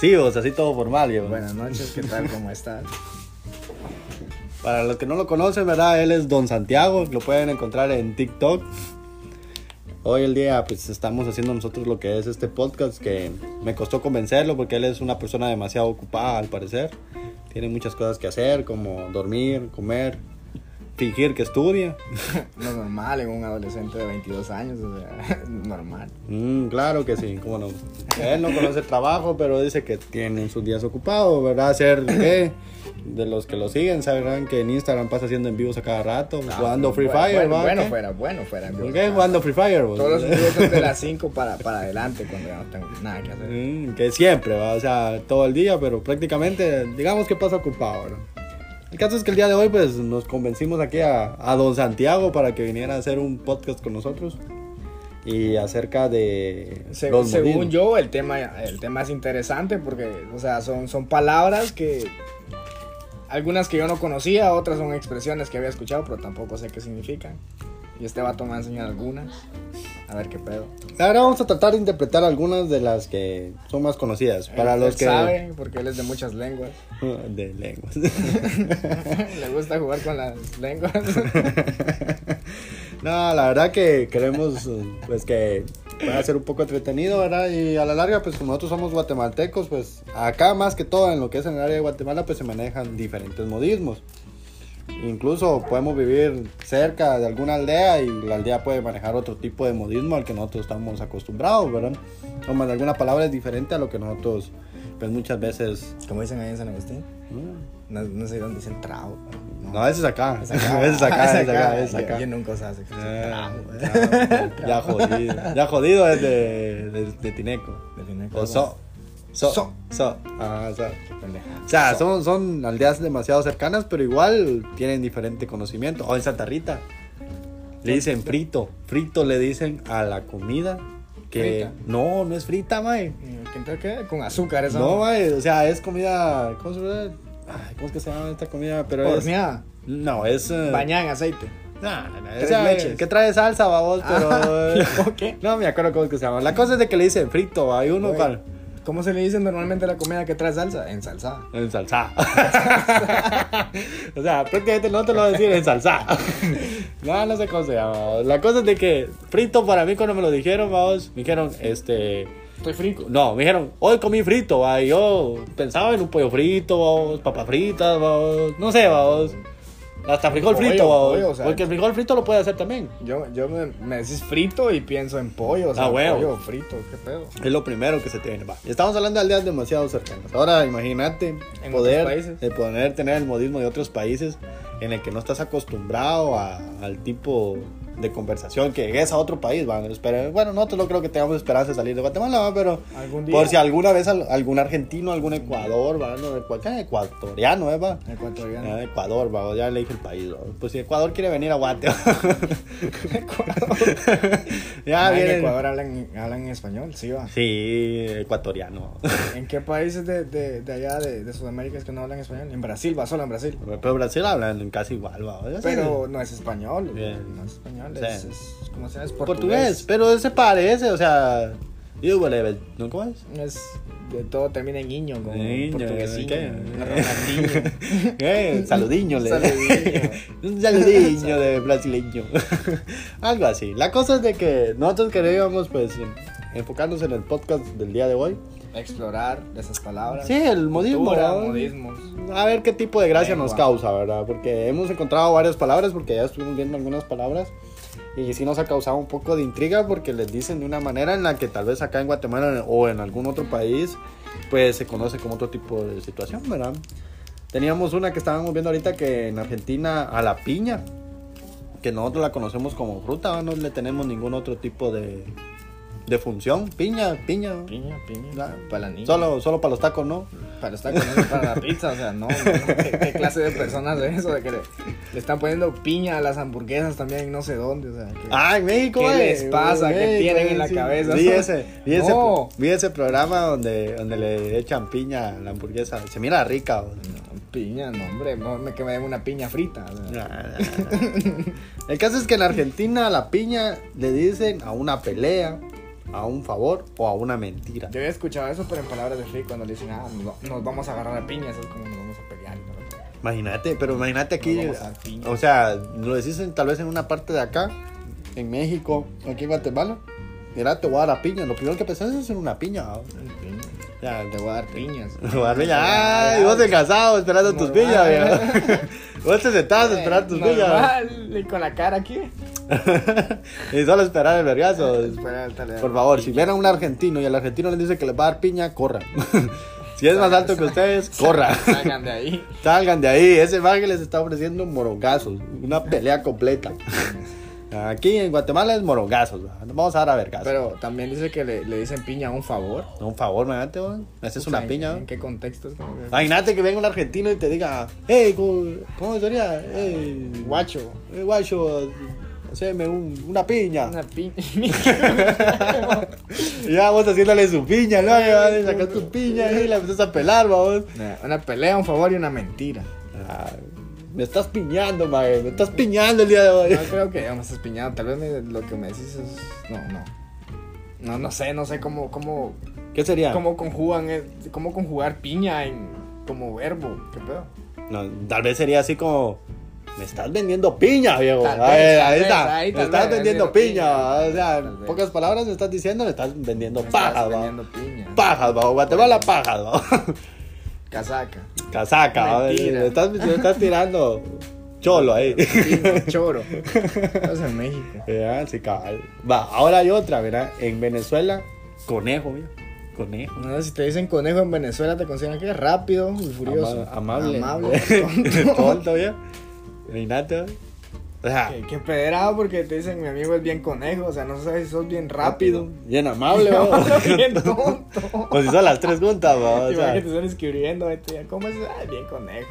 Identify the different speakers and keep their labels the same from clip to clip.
Speaker 1: Sí, o sea, así todo formal, viejo.
Speaker 2: Buenas noches, ¿qué tal? ¿Cómo estás?
Speaker 1: Para los que no lo conocen, ¿verdad? Él es Don Santiago, lo pueden encontrar en TikTok. Hoy el día, pues estamos haciendo nosotros lo que es este podcast, que me costó convencerlo porque él es una persona demasiado ocupada, al parecer. Tiene muchas cosas que hacer, como dormir, comer, fingir que estudia.
Speaker 2: Lo normal en un adolescente de 22 años, o sea, normal.
Speaker 1: Mm, claro que sí, cómo no. Él no conoce trabajo, pero dice que tiene sus días ocupados, ¿verdad? Ser que de los que lo siguen sabrán que en Instagram pasa haciendo en vivos a cada rato, jugando Free
Speaker 2: Ah, Bueno,
Speaker 1: Fire,
Speaker 2: bueno,
Speaker 1: ¿va?
Speaker 2: Bueno,
Speaker 1: ¿Qué?
Speaker 2: fuera, bueno, fuera. amigo.
Speaker 1: ¿Por qué jugando Free Fire? vos?
Speaker 2: Todos los días desde las 5 para, para adelante, cuando ya no tengo nada que hacer.
Speaker 1: Mm, que siempre, ¿va? o sea, todo el día, pero prácticamente, digamos que pasa ocupado, ¿no? El caso es que el día de hoy, pues, nos convencimos aquí a, a Don Santiago para que viniera a hacer un podcast con nosotros y acerca de
Speaker 2: Se-
Speaker 1: los
Speaker 2: según
Speaker 1: motivos.
Speaker 2: yo, el tema, el tema es interesante porque, o sea, son, son palabras que. Algunas que yo no conocía, otras son expresiones que había escuchado, pero tampoco sé qué significan. Y este vato me va a enseñar algunas. A ver qué pedo.
Speaker 1: Ahora vamos a tratar de interpretar algunas de las que son más conocidas. Para
Speaker 2: Él-
Speaker 1: los
Speaker 2: él
Speaker 1: que.
Speaker 2: Este, sabe, porque él es de muchas lenguas.
Speaker 1: De lenguas.
Speaker 2: Le gusta jugar con las lenguas.
Speaker 1: no, la verdad que queremos eh, pues que pueda ser un poco entretenido, ¿verdad? Y a la larga, pues como nosotros somos guatemaltecos, pues acá más que todo en lo que es en el área de Guatemala, pues se manejan diferentes modismos. Incluso podemos vivir cerca de alguna aldea y la aldea puede manejar otro tipo de modismo al que nosotros estamos acostumbrados, ¿verdad? O más de alguna palabra es diferente a lo que nosotros, pues muchas veces...
Speaker 2: Como dicen ahí en San Agustín,
Speaker 1: mm,
Speaker 2: no, no sé dónde dicen trago.
Speaker 1: No, ese es acá. Ese es acá, ese es acá, ese es acá.
Speaker 2: Yo- Yo nunca usaba ese
Speaker 1: Eh,
Speaker 2: trago.
Speaker 1: ya, ya jodido. Ya jodido es de, de, de Tineco. O so. So.
Speaker 2: So.
Speaker 1: so. Ah, so. O sea, son, son aldeas demasiado cercanas, pero igual tienen diferente conocimiento. O en Santa Rita. Le dicen frito. Frito le dicen a la comida. Que
Speaker 2: Frita.
Speaker 1: no, no es frita, mae.
Speaker 2: ¿Qué, qué? Con azúcar eso.
Speaker 1: No, mae. O sea, es comida. ¿Cómo se llama? Ay, ¿Cómo es que se llama esta comida? Pero es.
Speaker 2: Horneada.
Speaker 1: No, es. eh,
Speaker 2: Bañada en aceite.
Speaker 1: Nah, nah,
Speaker 2: Tres
Speaker 1: o sea,
Speaker 2: leches. Ah.
Speaker 1: Que trae salsa, babos, pero. eh,
Speaker 2: ¿o qué?
Speaker 1: No me acuerdo cómo es que se llama. La cosa es de que le dicen frito, hay uno
Speaker 2: Güey,
Speaker 1: para.
Speaker 2: ¿Cómo se le dice normalmente a la comida que trae salsa? Ensalzada.
Speaker 1: Ensalzada. o sea, prácticamente no te lo voy a decir ensalzada. no, no sé cómo se llama. babos. La cosa es de que frito para mí cuando me lo dijeron, babos, me dijeron, este.
Speaker 2: Estoy frico.
Speaker 1: No, me dijeron, hoy comí frito, va, y yo pensaba en un pollo frito, babos, papas fritas, babos, no sé, babos. Hasta frijol
Speaker 2: Pollo,
Speaker 1: frito, babos.
Speaker 2: pollo, o sea,
Speaker 1: Porque el frijol frito lo puede hacer también.
Speaker 2: Yo, yo me, me decís frito y pienso en pollo. O sea,
Speaker 1: Ah, huevo.
Speaker 2: pollo frito, qué pedo.
Speaker 1: Es lo primero que se tiene. Va. Estamos hablando de aldeas demasiado cercanas. Ahora imagínate
Speaker 2: En
Speaker 1: poder,
Speaker 2: otros países.
Speaker 1: de poder tener el modismo de otros países en el que no estás acostumbrado a- al tipo de conversación que llegues a otro país. va. Espera- Bueno, nosotros no creo que tengamos esperanza de salir de Guatemala, va, pero
Speaker 2: Algún día.
Speaker 1: por si alguna vez al- algún argentino, algún Ecuador, va, no, ecua- ¿qué? ecuatoriano, eh, va.
Speaker 2: Ecuatoriano.
Speaker 1: Ah, Ecuador, va, ya le dije el país. va. Pues si Ecuador quiere venir a Guate. ya
Speaker 2: Ah, en
Speaker 1: viene.
Speaker 2: Ecuador hablan, hablan en español, sí va.
Speaker 1: Sí, ecuatoriano.
Speaker 2: ¿En qué países de, de, de allá, de, de Sudamérica, es que no hablan español? En Brasil, va solo en Brasil.
Speaker 1: Pero Brasil hablan casi igual, ¿va? Es
Speaker 2: Pero no es español,
Speaker 1: Bien.
Speaker 2: no es español,
Speaker 1: Sí.
Speaker 2: es, es- ¿cómo se llama? Es
Speaker 1: portugués, pero se parece, o sea. Yo igual, ¿no? ¿Cómo es?
Speaker 2: Es, de todo termina en niño, como
Speaker 1: Niño,
Speaker 2: portuguesiño,
Speaker 1: ¿qué?
Speaker 2: Ronaldinho.
Speaker 1: Eh, saludiño, le.
Speaker 2: Saludiño.
Speaker 1: Un saludiño de brasileño. Algo así. La cosa es de que nosotros queríamos, pues, enfocarnos en el podcast del día de hoy.
Speaker 2: Explorar esas palabras.
Speaker 1: Sí, el modismo.
Speaker 2: Cultura,
Speaker 1: ¿va?
Speaker 2: modismos.
Speaker 1: A ver qué tipo de gracia nos
Speaker 2: Lengua.
Speaker 1: causa, ¿verdad? Porque hemos encontrado varias palabras, porque ya estuvimos viendo algunas palabras. Y sí nos ha causado un poco de intriga porque les dicen de una manera en la que tal vez acá en Guatemala o en algún otro país, pues se conoce como otro tipo de situación, ¿verdad? Teníamos una que estábamos viendo ahorita que en Argentina a la piña, que nosotros la conocemos como fruta, no le tenemos ningún otro tipo de, de función. Piña, piña. ¿no?
Speaker 2: Piña, piña,
Speaker 1: La-
Speaker 2: para la niña.
Speaker 1: Solo, solo para los tacos, ¿no?
Speaker 2: Para estar con eso, para la pizza, o sea, no. no, ¿Qué, qué clase de personas es eso? De que le, le están poniendo piña a las hamburguesas también, no sé dónde, o sea. que-
Speaker 1: Ah, en México,
Speaker 2: ¿Qué
Speaker 1: eh,
Speaker 2: les pasa?
Speaker 1: en
Speaker 2: ¿Qué
Speaker 1: México,
Speaker 2: tienen
Speaker 1: eh,
Speaker 2: en la cabeza?
Speaker 1: Vi ese, vi ese,
Speaker 2: No.
Speaker 1: vi ese programa donde, donde le echan piña a la hamburguesa. Se mira rica. o-
Speaker 2: No, piña, no, hombre, mejor me- que me den una piña frita. o sea.
Speaker 1: Nah, nah, nah. El caso es que en Argentina la piña le dicen a una pelea, a un favor o a una mentira.
Speaker 2: Yo había escuchado eso, pero en palabras de Rick, cuando le dicen, ah, no- nos vamos a agarrar a piñas, es como nos vamos a pelear. y todo.
Speaker 1: Imagínate, pero imagínate aquí, eh,
Speaker 2: Nos vamos a piña.
Speaker 1: o sea, lo decís en- tal vez en una parte de acá, en México, aquí en Guatemala. Mira, te voy a dar a piña. Lo primero que pensás es en una piña. ¿va? O sea, te voy a dar piña.
Speaker 2: Piñas.
Speaker 1: Te voy a dar piña. Ay, vos engasado esperando tus piñas, viejo. Vos te sentás a esperar tus piñas.
Speaker 2: Normal, Y con la cara aquí.
Speaker 1: y solo esperar el vergazo.
Speaker 2: Espera, tal vez.
Speaker 1: Pues, Por favor, si ven a un argentino y al argentino le dice que les va a dar piña, corran. si es más alto que ustedes, corran.
Speaker 2: Salgan de ahí.
Speaker 1: Salgan de ahí, ese que les está ofreciendo morogazos, una pelea completa. Aquí en Guatemala es morogazos, va. Nos vamos a dar a vergazos.
Speaker 2: Pero también dice que le, le dicen piña a un favor.
Speaker 1: No, un favor, imagínate, weón. Me haces
Speaker 2: O
Speaker 1: una
Speaker 2: sea,
Speaker 1: piña. Ah.
Speaker 2: ¿En,
Speaker 1: weón.
Speaker 2: en qué contexto es como que-
Speaker 1: Imagínate que venga un argentino y te diga, hey, gu- ¿cómo sería? Hey,
Speaker 2: Guacho.
Speaker 1: eh, guacho, haceme un- una piña.
Speaker 2: Una piña.
Speaker 1: Y ya vos haciéndole su piña, ¿no? Y vas y sacas tu piña y la empezás a pelar, vamos. Ah,
Speaker 2: Una- una pelea, un favor y una mentira.
Speaker 1: me estás piñando, mae, me estás piñando el día de hoy.
Speaker 2: No creo que digamos es piñado. Tal vez me- lo que me decís es. No, no. No, no sé, no sé cómo, cómo,
Speaker 1: ¿Qué sería?
Speaker 2: cómo conjugan, el- cómo conjugar piña en, como verbo. ¿Qué pedo?
Speaker 1: No, tal vez sería así como. Me estás vendiendo piña, viejo.
Speaker 2: Tal
Speaker 1: A
Speaker 2: vez,
Speaker 1: ver,
Speaker 2: tal
Speaker 1: ahí
Speaker 2: vez,
Speaker 1: está.
Speaker 2: ahí
Speaker 1: me
Speaker 2: tal
Speaker 1: estás
Speaker 2: vez, vendiendo
Speaker 1: vendiendo piña.
Speaker 2: piña.
Speaker 1: O sea,
Speaker 2: Tal
Speaker 1: en
Speaker 2: vez.
Speaker 1: pocas palabras me estás diciendo, me estás vendiendo
Speaker 2: Me estás
Speaker 1: pajas, va.
Speaker 2: vendiendo piña.
Speaker 1: Pajas, va. Guatemala, pajas, va.
Speaker 2: Casaca.
Speaker 1: Casaca, va.
Speaker 2: Mentira.
Speaker 1: Me estás, me estás tirando cholo ahí.
Speaker 2: Piña, choro. Estás en México.
Speaker 1: Ya, sí, cabal. Va, ahora hay otra, ¿verdad? En Venezuela, conejo, viejo. Conejo.
Speaker 2: No sé si te dicen conejo en Venezuela, te consideran que rápido y furioso.
Speaker 1: Ama- amable.
Speaker 2: Amable.
Speaker 1: tonto.
Speaker 2: tonto.
Speaker 1: viejo. Reinate, O sea.
Speaker 2: Qué, qué pedrado porque te dicen mi amigo es bien conejo, o sea, no sabes si sos bien rápido.
Speaker 1: Bien amable, ¿no?
Speaker 2: bien tonto.
Speaker 1: O pues si son las tres juntas, ¿no?
Speaker 2: Igual
Speaker 1: o,
Speaker 2: que
Speaker 1: sea,
Speaker 2: te están escribiendo, eh, te digan, ¿cómo es? Ah, bien conejo.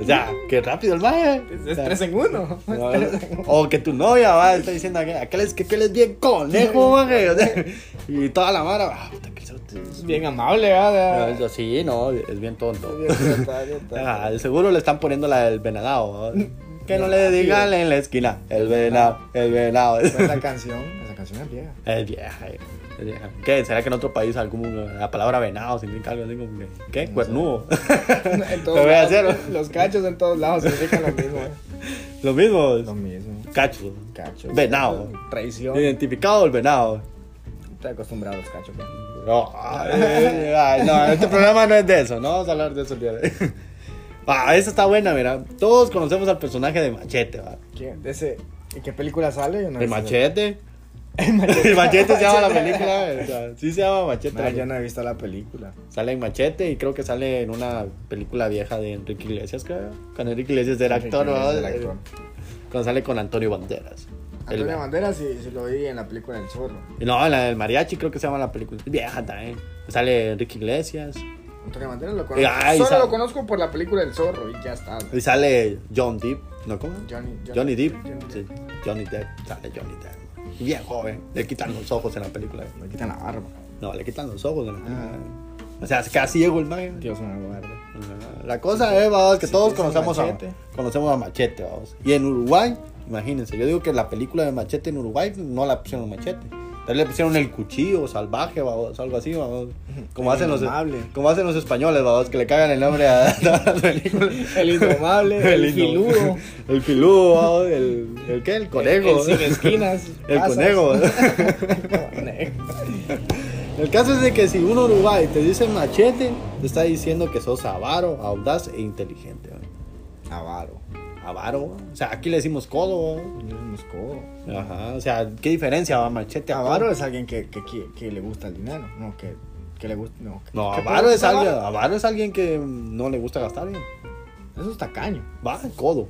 Speaker 1: o sea, qué rápido el maje.
Speaker 2: Es,
Speaker 1: O
Speaker 2: es
Speaker 1: sea,
Speaker 2: tres en uno. Es
Speaker 1: no,
Speaker 2: tres en uno.
Speaker 1: o que tu novia va, está diciendo que aquel es, que aquel es bien conejo, maje. o sea, y toda la mara, ah, puta, que eso te-
Speaker 2: Es bien amable, ¿verdad?
Speaker 1: No, yo, sí, no, es bien tonto.
Speaker 2: Bien tonto, bien tonto.
Speaker 1: Ah, seguro le están poniendo la del venadao. ¿no? Que no le digan en la esquina, el venado, el venado.
Speaker 2: Esa Pues canción, esa canción es vieja.
Speaker 1: Es vieja, eh, es vieja. ¿Qué? ¿Será que en otro país algún, la palabra venado significa algo así como que, ¿qué?
Speaker 2: sé.
Speaker 1: Cuernudo.
Speaker 2: En todos
Speaker 1: Lo voy a
Speaker 2: lados,
Speaker 1: hacer.
Speaker 2: Los cachos en todos lados significan lo mismo. eh.
Speaker 1: Lo mismo.
Speaker 2: Lo mismo.
Speaker 1: Cacho.
Speaker 2: Cachos.
Speaker 1: Venado.
Speaker 2: Traición.
Speaker 1: Identificado el venado.
Speaker 2: Estoy acostumbrado a los cachos. pues.
Speaker 1: No, ay, ay, no, este programa no es de eso, no vamos a hablar de eso el día de hoy. Ah, esa está buena, mira. Todos conocemos al personaje de Machete, va.
Speaker 2: ¿Quién? De ese- ¿En qué película sale? Yo no
Speaker 1: ¿De
Speaker 2: he visto esa-
Speaker 1: Machete? El Machete se llama la película, o sea, sí se llama Machete.
Speaker 2: No, yo no he visto la película.
Speaker 1: Sale en Machete y creo que sale en una película vieja de Enrique Iglesias, creo. Cuando Enrique Iglesias era actor, ¿no? Eh,
Speaker 2: El actor.
Speaker 1: Cuando sale con Antonio Banderas. El-
Speaker 2: Antonio Banderas sí, sí lo vi en la película del Zorro.
Speaker 1: no, la del mariachi creo que se llama la película. Es vieja también. Sale Enrique Iglesias.
Speaker 2: Antonio Banderas lo conozco.
Speaker 1: Ay,
Speaker 2: Solo
Speaker 1: sabe.
Speaker 2: lo conozco por la película del Zorro y ya está.
Speaker 1: Y sale John Depp, ¿no cómo?
Speaker 2: Johnny- Johnny-
Speaker 1: Johnny Depp.
Speaker 2: Johnny Depp.
Speaker 1: Sí, Johnny Depp, sale Johnny Depp. Bien joven, le quitan los ojos en la película.
Speaker 2: Me quitan la barba.
Speaker 1: No, le quitan los ojos en la película.
Speaker 2: Ah.
Speaker 1: O sea, se queda ciego el man.
Speaker 2: Dios me guarde.
Speaker 1: Ajá. La cosa es, vamos, que
Speaker 2: Sí,
Speaker 1: todos
Speaker 2: sí,
Speaker 1: conocemos a,
Speaker 2: Machete.
Speaker 1: conocemos a Machete, vamos. Y en Uruguay, imagínense, yo digo que la película de Machete en Uruguay no la pusieron Machete. Tal vez le pusieron el cuchillo salvaje, vamos, algo así, vamos. Como
Speaker 2: El
Speaker 1: hacen, los, e-,
Speaker 2: indomable.
Speaker 1: como hacen los españoles, vamos, que le cagan el nombre a a las películas.
Speaker 2: El indomable, el,
Speaker 1: indo-
Speaker 2: filudo.
Speaker 1: El filudo, vamos, el, el qué, el conejo.
Speaker 2: El, el sin esquinas.
Speaker 1: El
Speaker 2: pasas.
Speaker 1: conejo.
Speaker 2: Conejo.
Speaker 1: El caso es de que si un Uruguay te dice machete, te está diciendo que sos avaro, audaz e inteligente. ¿no?
Speaker 2: Avaro.
Speaker 1: avaro. O sea, aquí le decimos codo. ¿no?
Speaker 2: Yo no escobo.
Speaker 1: Ajá. O sea, ¿qué diferencia va machete a
Speaker 2: Avaro
Speaker 1: codo?
Speaker 2: es alguien que, que, qui- que le gusta el dinero. No, que, que le gusta. No, que-
Speaker 1: No,
Speaker 2: que
Speaker 1: avaro
Speaker 2: puede
Speaker 1: es
Speaker 2: ser
Speaker 1: alguien, avaro es alguien que no le gusta gastar bien.
Speaker 2: Eso es tacaño.
Speaker 1: Va, codo.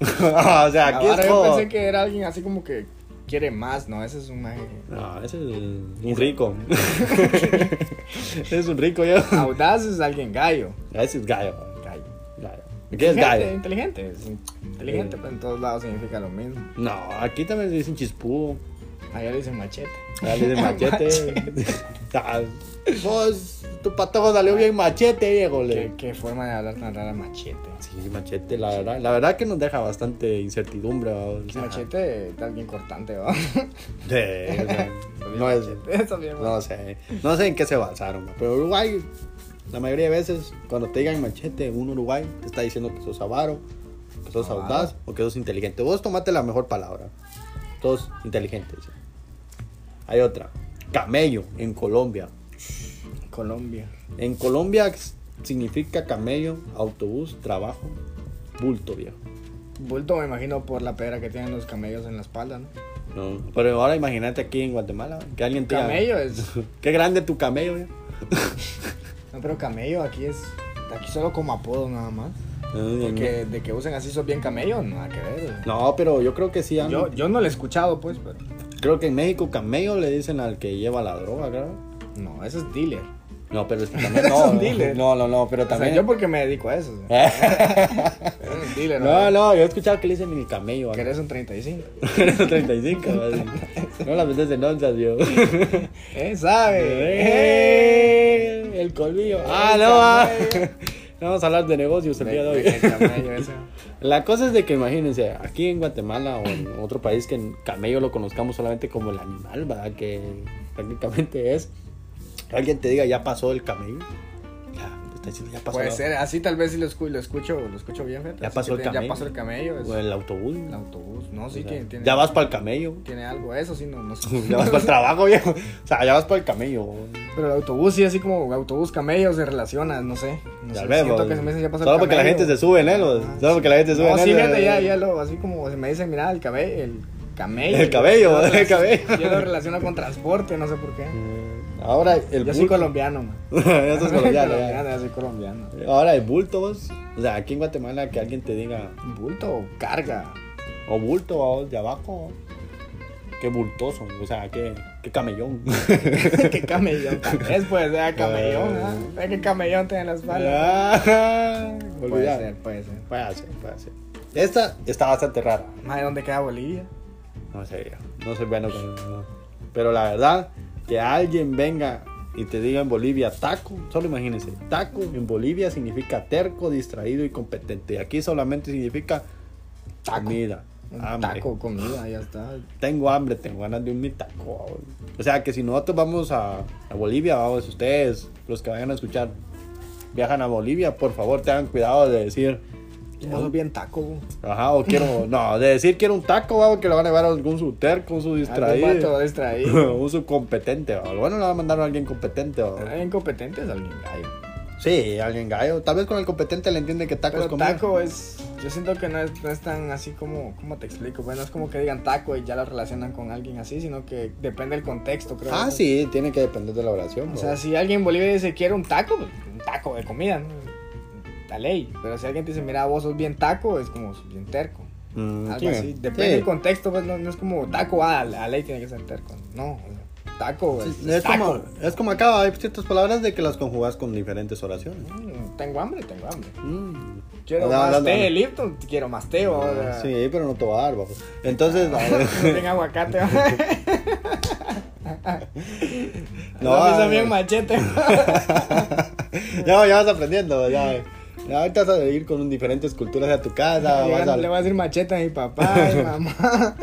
Speaker 1: o sea, aquí
Speaker 2: Avaro,
Speaker 1: es
Speaker 2: yo
Speaker 1: codo.
Speaker 2: pensé que era alguien así como que quiere más, ¿no? Ese es un maje
Speaker 1: No, ese es un rico. ese es un rico, yo.
Speaker 2: Audaz es alguien gallo.
Speaker 1: Ese es gallo.
Speaker 2: Gallo.
Speaker 1: gallo.
Speaker 2: Inteligente,
Speaker 1: ¿Qué es
Speaker 2: pues,
Speaker 1: gallo?
Speaker 2: Inteligente. es Inteligente, pero en todos lados significa lo mismo.
Speaker 1: No, aquí también le dicen chispudo.
Speaker 2: Allá le dicen machete.
Speaker 1: Dale de machete. Ah, Vos, tu patojo
Speaker 2: Ah.
Speaker 1: salió bien machete, viejo. le-
Speaker 2: ¿Qué, qué forma de hablar tan rara machete.
Speaker 1: Sí, machete, la verdad. La verdad que nos deja bastante incertidumbre. ¿va? O sea,
Speaker 2: Machete está bien cortante, ¿va?
Speaker 1: de- o sea, no es.
Speaker 2: Está bien, ¿va?
Speaker 1: No sé. No sé en qué se basaron. ¿va? Pero Uruguay, la mayoría de veces, cuando te digan machete, un Uruguay te está diciendo que sos avaro, que sos
Speaker 2: Avaro.
Speaker 1: audaz o que sos inteligente. Vos tomate la mejor palabra. Todos inteligentes. Hay otra. Camello en Colombia.
Speaker 2: Colombia.
Speaker 1: En Colombia significa camello, autobús, trabajo, bulto viejo.
Speaker 2: Bulto me imagino por la pedra que tienen los camellos en la espalda, ¿no?
Speaker 1: No, pero ahora imagínate aquí en Guatemala que alguien te diga,
Speaker 2: Camello es.
Speaker 1: Qué grande tu camello. eh". viejo".
Speaker 2: No, pero camello aquí es. Aquí solo como apodo nada más.
Speaker 1: Ay,
Speaker 2: De que, de que usen así sos bien camello, nada que ver.
Speaker 1: No, pero yo creo que sí. han-
Speaker 2: Yo, yo no lo he escuchado, pues, pero.
Speaker 1: Creo que en México camello le dicen al que lleva la droga, creo.
Speaker 2: No, eso es dealer.
Speaker 1: No, pero es que también
Speaker 2: Es
Speaker 1: no.
Speaker 2: un dealer.
Speaker 1: No, no, no, pero
Speaker 2: O sea,
Speaker 1: también.
Speaker 2: yo porque me dedico a eso. o sea. Eres un dealer,
Speaker 1: no, no, yo he escuchado que le dicen el camello.
Speaker 2: Que eres un 35.
Speaker 1: Eres 35, ¿vale? No las veces en onzas, yo.
Speaker 2: ¿Eh? ¿Sabe?
Speaker 1: ¡Eh! El colmillo. Ah, no, ah. No Vamos a hablar de negocios el día de hoy.
Speaker 2: El camello ese.
Speaker 1: La cosa es de que imagínense, aquí en Guatemala o en otro país que en camello lo conozcamos solamente como el animal, ¿verdad? Que prácticamente es. que Alguien te diga, ya pasó el camello. Ya, te está diciendo, ya pasó.
Speaker 2: Puede
Speaker 1: la-
Speaker 2: ser, así tal vez si lo, escu- lo escucho, lo escucho bien, fíjate.
Speaker 1: Ya
Speaker 2: Así
Speaker 1: pasó
Speaker 2: que
Speaker 1: el
Speaker 2: tiene-
Speaker 1: camello.
Speaker 2: Ya pasó el camello. es
Speaker 1: O el autobús.
Speaker 2: El autobús. No, pues. sí
Speaker 1: O sea,
Speaker 2: que tiene.
Speaker 1: ya vas para el camello.
Speaker 2: Tiene algo, eso sí, no, no sé.
Speaker 1: Ya vas para el trabajo, viejo. O sea, ya vas para el camello.
Speaker 2: Pero el autobús sí, así como autobús camello se relaciona, no sé. No
Speaker 1: Tal
Speaker 2: sé,
Speaker 1: vez,
Speaker 2: siento
Speaker 1: vos.
Speaker 2: que se me dice ya pasó
Speaker 1: eh. Solo
Speaker 2: el
Speaker 1: porque la
Speaker 2: camello.
Speaker 1: gente se sube en él. o-
Speaker 2: Ah,
Speaker 1: Solo porque la gente se sube
Speaker 2: No,
Speaker 1: en
Speaker 2: sí,
Speaker 1: él. eh.
Speaker 2: fíjate, ya, ya lo, así como se me dicen, mira, el cabello, el camello.
Speaker 1: El cabello,
Speaker 2: Yo lo-
Speaker 1: el cabello.
Speaker 2: Yo lo relaciono con transporte, no sé por qué.
Speaker 1: Ahora el
Speaker 2: yo soy
Speaker 1: bulto.
Speaker 2: colombiano, man.
Speaker 1: Ya sos colombiano, ya.
Speaker 2: Colombiano, yo soy colombiano.
Speaker 1: Ahora el bulto, vos. O sea, aquí en Guatemala que alguien te diga,
Speaker 2: Bulto o carga.
Speaker 1: o bulto, vos, de abajo. Qué bultoso, o sea, qué, qué camellón.
Speaker 2: qué camellón, tal vez, pues, sea camellón,
Speaker 1: Ah.
Speaker 2: ¿ah? ¿Qué camellón tiene en la espalda?
Speaker 1: Ah,
Speaker 2: Puede
Speaker 1: olvidar.
Speaker 2: ser, puede ser.
Speaker 1: Puede ser, puede ser. Esta está bastante rara.
Speaker 2: Madre, ¿dónde queda Bolivia?
Speaker 1: No sé, no soy bueno con- no. Pero la verdad, que alguien venga y te diga en Bolivia taco, solo imagínense, taco en Bolivia significa terco, distraído y competente. Y aquí solamente significa
Speaker 2: Taco.
Speaker 1: comida.
Speaker 2: Un
Speaker 1: hambre.
Speaker 2: taco, comida, ya está.
Speaker 1: Tengo hambre, tengo ganas de un mi taco. vamos. O sea que si nosotros vamos a, a Bolivia, vamos, ustedes, los que vayan a escuchar, viajan a Bolivia, por favor tengan cuidado de decir,
Speaker 2: Vos
Speaker 1: Ah.
Speaker 2: sos bien taco, bo.
Speaker 1: ajá, o quiero, no, de decir quiero un taco, vamos, que lo van a llevar a algún su terco, un su
Speaker 2: Algún vato
Speaker 1: distraído.
Speaker 2: distraído.
Speaker 1: Un subcompetente, ¿va? bueno, le va a mandar a alguien competente. ¿va?
Speaker 2: Hay incompetentes alguien gallo.
Speaker 1: Sí, alguien gallo. Tal vez con el competente le entiende que taco
Speaker 2: Pero
Speaker 1: es comer.
Speaker 2: taco es. Yo siento que no es, no es tan así como. ¿Cómo te explico? Bueno, es como que digan taco y ya lo relacionan con alguien así, sino que depende del contexto, creo.
Speaker 1: Ah,
Speaker 2: ¿no?
Speaker 1: sí, tiene que depender de la oración.
Speaker 2: O
Speaker 1: ¿va?
Speaker 2: sea, si alguien en Bolivia dice quiero un taco, pues, un taco de comida, ¿no? La ley. Pero si alguien te dice, mira, vos sos bien taco, es como sos bien terco.
Speaker 1: Mm,
Speaker 2: Algo
Speaker 1: sí,
Speaker 2: así. Depende
Speaker 1: sí.
Speaker 2: del contexto, pues no, no es como taco, ah, la ley tiene que ser terco. No, o sea, taco, es,
Speaker 1: Es
Speaker 2: taco.
Speaker 1: como, es como acá, hay ciertas palabras de que las conjugas con diferentes oraciones.
Speaker 2: Mm, Tengo hambre, tengo hambre.
Speaker 1: Mm.
Speaker 2: Quiero
Speaker 1: No,
Speaker 2: más
Speaker 1: no, no.
Speaker 2: té, Lipton, quiero más té. o sea, Ah.
Speaker 1: Sí, pero no te va a dar, bajo. Entonces,
Speaker 2: Tengo aguacate.
Speaker 1: No,
Speaker 2: no, a mí
Speaker 1: no,
Speaker 2: también
Speaker 1: no.
Speaker 2: machete.
Speaker 1: ya, ya vas aprendiendo. Ya, ya ahorita vas a ir con diferentes culturas a tu casa. Vas
Speaker 2: Llegan,
Speaker 1: a,
Speaker 2: Le voy a decir machete a mi papá, a mi mamá.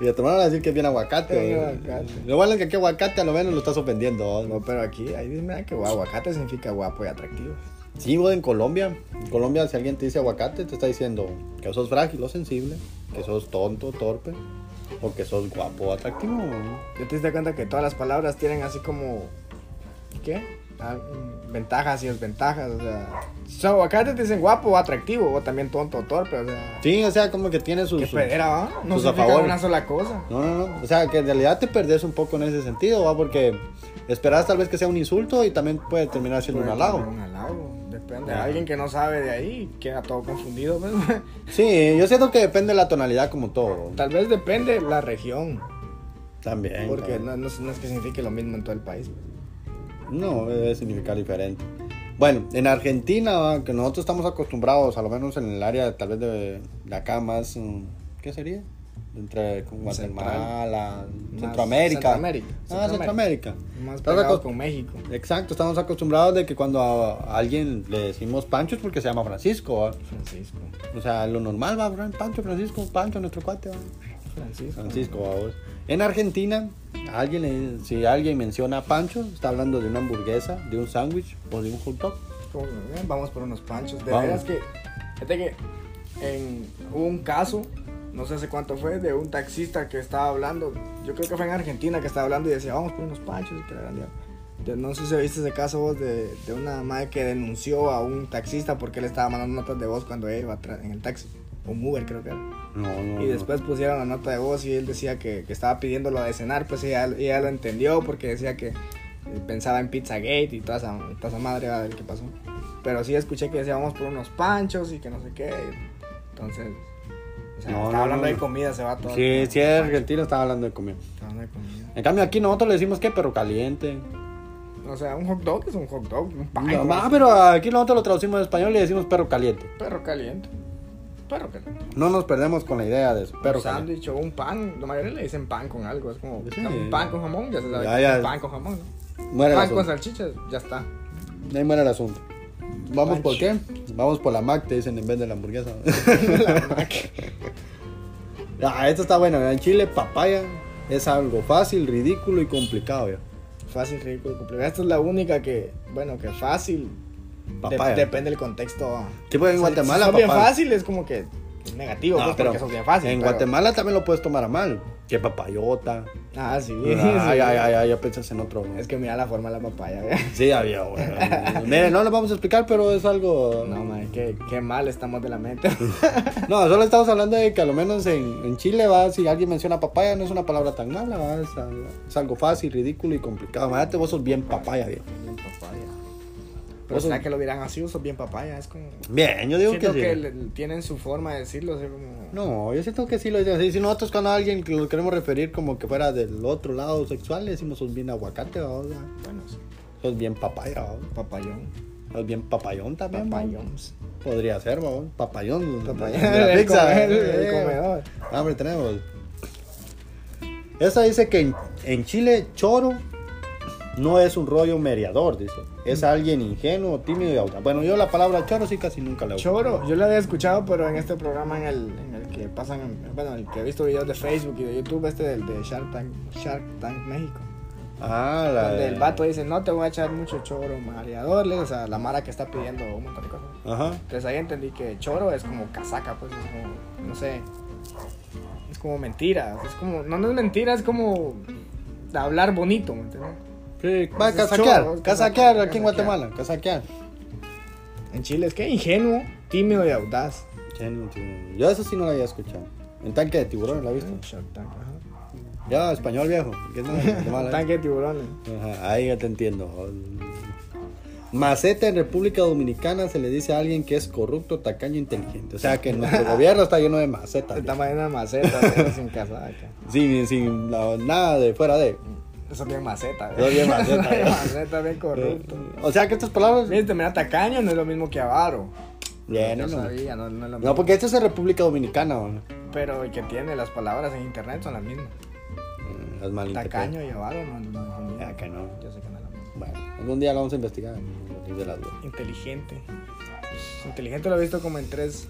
Speaker 1: Y a tu hermano le vas a decir que es bien aguacate.
Speaker 2: Bien aguacate.
Speaker 1: Lo bueno es que aquí aguacate a lo menos lo estás ofendiendo. ¿va?
Speaker 2: No, pero aquí, ahí dice, mira que guau, aguacate significa guapo y atractivo.
Speaker 1: Sí, vos en Colombia. En Colombia, si alguien te dice aguacate, te está diciendo que sos frágil o sensible, que sos tonto, torpe, o que sos guapo o atractivo.
Speaker 2: ¿Ya te diste cuenta que todas las palabras tienen así como. ¿Qué? Ah, mm, Ventajas y desventajas, o sea. So, aguacate te dicen guapo o atractivo, o también tonto o torpe, o sea.
Speaker 1: Sí, o sea, como que tiene sus.
Speaker 2: Qué
Speaker 1: sus-
Speaker 2: pedera, ¿va? No
Speaker 1: sus
Speaker 2: significa
Speaker 1: afavores.
Speaker 2: una sola cosa.
Speaker 1: No, no, no. O sea, que en realidad te perdés un poco en ese sentido, ¿va? Porque esperas tal vez que sea un insulto y también puede terminar siendo un halago.
Speaker 2: Un halago, depende.
Speaker 1: Ajá.
Speaker 2: Alguien que no sabe de ahí queda todo confundido, pues.
Speaker 1: Sí, yo siento que depende de la tonalidad como todo.
Speaker 2: Tal vez depende la región,
Speaker 1: También.
Speaker 2: porque
Speaker 1: también.
Speaker 2: no, no es no es que signifique lo mismo en todo el país. pues.
Speaker 1: No, debe significar diferente. Bueno, en Argentina, ¿va? que nosotros estamos acostumbrados, a lo menos en el área tal vez de, de acá más... mm, ¿Qué sería? entre con Guatemala,
Speaker 2: Más
Speaker 1: Centroamérica.
Speaker 2: Centroamérica,
Speaker 1: Ah,
Speaker 2: Centroamérica.
Speaker 1: Centroamérica.
Speaker 2: Más
Speaker 1: Estás
Speaker 2: pegado
Speaker 1: acos-
Speaker 2: con México.
Speaker 1: Exacto, estamos acostumbrados de que cuando a a alguien le decimos Pancho es porque se llama Francisco, ¿va?
Speaker 2: Francisco.
Speaker 1: o sea, lo normal va, Fran- Pancho, Francisco, Pancho, nuestro cuate, ¿va?
Speaker 2: Francisco.
Speaker 1: Francisco, ¿va vos? En Argentina, alguien, le- si alguien menciona a Pancho, está hablando de una hamburguesa, de un sándwich o de un hot dog.
Speaker 2: Como, eh, Vamos por unos panchos. De
Speaker 1: Vamos.
Speaker 2: veras que. Fíjate que en hubo un caso, no sé hace cuánto fue, de un taxista que estaba hablando. Yo creo que fue en Argentina que estaba hablando y decía, vamos por unos panchos. y que la gran diabla. Yo no sé si viste ese caso vos de, de una madre que denunció a un taxista porque le estaba mandando notas de voz cuando él iba atrás en el taxi. Un Uber creo que era.
Speaker 1: No, no,
Speaker 2: Y
Speaker 1: no.
Speaker 2: después pusieron la nota de voz y él decía que, que estaba pidiéndolo de cenar, pues ella, ella lo entendió porque decía que pensaba en Pizzagate y toda esa, toda esa madre a ver qué pasó. Pero sí escuché que decía vamos por unos panchos y que no sé qué. Entonces, o sea,
Speaker 1: No,
Speaker 2: estaba
Speaker 1: no,
Speaker 2: hablando
Speaker 1: no,
Speaker 2: de
Speaker 1: no.
Speaker 2: comida, se va todo.
Speaker 1: Sí, sí, el argentino estaba hablando de comida.
Speaker 2: Estaba hablando de comida.
Speaker 1: En cambio, aquí nosotros le decimos que perro caliente.
Speaker 2: O sea, un hot dog es un hot dog, un pan.
Speaker 1: No,
Speaker 2: güey.
Speaker 1: ma, pero aquí nosotros lo traducimos en español y le decimos perro caliente.
Speaker 2: Perro caliente. Perro caliente.
Speaker 1: No nos perdemos con la idea de eso, perro
Speaker 2: un
Speaker 1: caliente.
Speaker 2: sándwich o un pan. La mayoría le dicen pan con algo. Es como
Speaker 1: Sí.
Speaker 2: un pan con jamón, ya se sabe.
Speaker 1: Ya,
Speaker 2: que es
Speaker 1: ya.
Speaker 2: un Pan con jamón. ¿no?
Speaker 1: Muere el
Speaker 2: Pan con
Speaker 1: asunto.
Speaker 2: salchichas, ya está.
Speaker 1: De ahí muere el asunto. ¿Vamos
Speaker 2: Pancho.
Speaker 1: por qué? Vamos por la Mac, te dicen en vez de la hamburguesa. ah, esto está bueno. En Chile, papaya es algo fácil, ridículo y complicado. ya.
Speaker 2: Fácil, ridículo, complicado. Esta es la única que, bueno, que fácil. de-
Speaker 1: Papaya.
Speaker 2: depende del contexto.
Speaker 1: Tipo eh. en
Speaker 2: Si- si
Speaker 1: Guatemala,
Speaker 2: son bien
Speaker 1: papaya.
Speaker 2: fácil, es como que es negativo,
Speaker 1: No,
Speaker 2: pues,
Speaker 1: pero
Speaker 2: porque son bien fácil.
Speaker 1: en
Speaker 2: pero-
Speaker 1: Guatemala también lo puedes tomar a mal. Que papayota.
Speaker 2: Ah, sí.
Speaker 1: Ay,
Speaker 2: sí.
Speaker 1: ay, ay, ay, ya pensas en otro. ¿no?
Speaker 2: Es que mira la forma de la papaya, vea.
Speaker 1: Sí, había, güey. Miren, no lo vamos a explicar, pero es algo.
Speaker 2: No, man, qué, qué mal estamos de la mente.
Speaker 1: No, solo estamos hablando de que a lo menos en, en Chile, va, si alguien menciona papaya, no es una palabra tan mala, va, es, al- es algo fácil, ridículo y complicado. Imagínate, vos sos bien papaya, viejo.
Speaker 2: bien papaya. Pero
Speaker 1: Vos
Speaker 2: será
Speaker 1: sos-
Speaker 2: que lo dirán así, uso bien papaya. Es como.
Speaker 1: Bien, yo digo
Speaker 2: Siento
Speaker 1: que,
Speaker 2: que,
Speaker 1: sí.
Speaker 2: le- tienen su forma de decirlo, así como.
Speaker 1: No, yo siento que sí lo dicen así. Si nosotros cuando a alguien que lo queremos referir como que fuera del otro lado sexual, le decimos sos bien aguacate, va, o sea,
Speaker 2: Bueno, sí.
Speaker 1: sos bien papaya, va,
Speaker 2: Papayón.
Speaker 1: sos bien papayón también, va.
Speaker 2: Papayón.
Speaker 1: Podría ser, va, papayón.
Speaker 2: Papayón.
Speaker 1: de la
Speaker 2: El
Speaker 1: pizza,
Speaker 2: comer-
Speaker 1: eh,
Speaker 2: el comedor.
Speaker 1: Hambre Ah, tenemos. Esta dice que en, en Chile choro no es un rollo mediador, dice.
Speaker 2: Mm.
Speaker 1: Es alguien ingenuo, tímido y audaz. Bueno, yo la palabra choro sí casi nunca la uso.
Speaker 2: Choro, yo lo había escuchado, pero en este programa en el, en el que pasan, bueno, el que he visto videos de Facebook y de YouTube, este del de Shark Tank, Shark Tank México,
Speaker 1: Ah, la
Speaker 2: donde
Speaker 1: de-
Speaker 2: el vato dice, no te voy a echar mucho choro, mareadores, o sea, la mara que está pidiendo un montón de cosas.
Speaker 1: Ajá.
Speaker 2: Entonces ahí entendí que choro es como casaca, pues es como, no sé, es como mentira, es como, no, no es mentira, es como hablar bonito, ¿me entiendes?
Speaker 1: Sí, va a
Speaker 2: pues, es
Speaker 1: casaquear,
Speaker 2: choro, es
Speaker 1: casaquear aquí en
Speaker 2: casaquear.
Speaker 1: Guatemala, casaquear.
Speaker 2: En Chile es que ingenuo, tímido y audaz.
Speaker 1: Ingenuo, tímido. Yo eso sí no la había escuchado. En tanque de tiburón, ¿la viste?
Speaker 2: Shark Tank, ajá.
Speaker 1: Ya, español viejo. que es de Guatemala, ¿eh?
Speaker 2: Tanque de tiburones.
Speaker 1: Ajá, ahí ya te entiendo. Maceta en República Dominicana se le dice a alguien que es corrupto, tacaño, inteligente. O sea que nuestro gobierno está lleno de macetas.
Speaker 2: Está más una maceta, pero sin casaca.
Speaker 1: Sin, sin la- nada de fuera de.
Speaker 2: Eso tiene maceta,
Speaker 1: Eso tiene maceta,
Speaker 2: Eso tiene
Speaker 1: ¿eh?
Speaker 2: maceta, bien corrupto.
Speaker 1: O sea que estas palabras.
Speaker 2: Viste, mira, tacaño no es lo mismo que avaro.
Speaker 1: Bien,
Speaker 2: Yo
Speaker 1: no.
Speaker 2: sabía, no, no es lo mismo.
Speaker 1: No, porque esto es de República Dominicana, ¿no?
Speaker 2: Pero el que tiene las palabras en internet son las mismas.
Speaker 1: Las malinterpretadas.
Speaker 2: Tacaño y avaro no, no es lo mismo.
Speaker 1: Ah, que no.
Speaker 2: Yo sé que no es lo mismo.
Speaker 1: Bueno, algún día lo vamos a investigar. ¿no? De las dos.
Speaker 2: Inteligente. Inteligente lo he visto como en tres.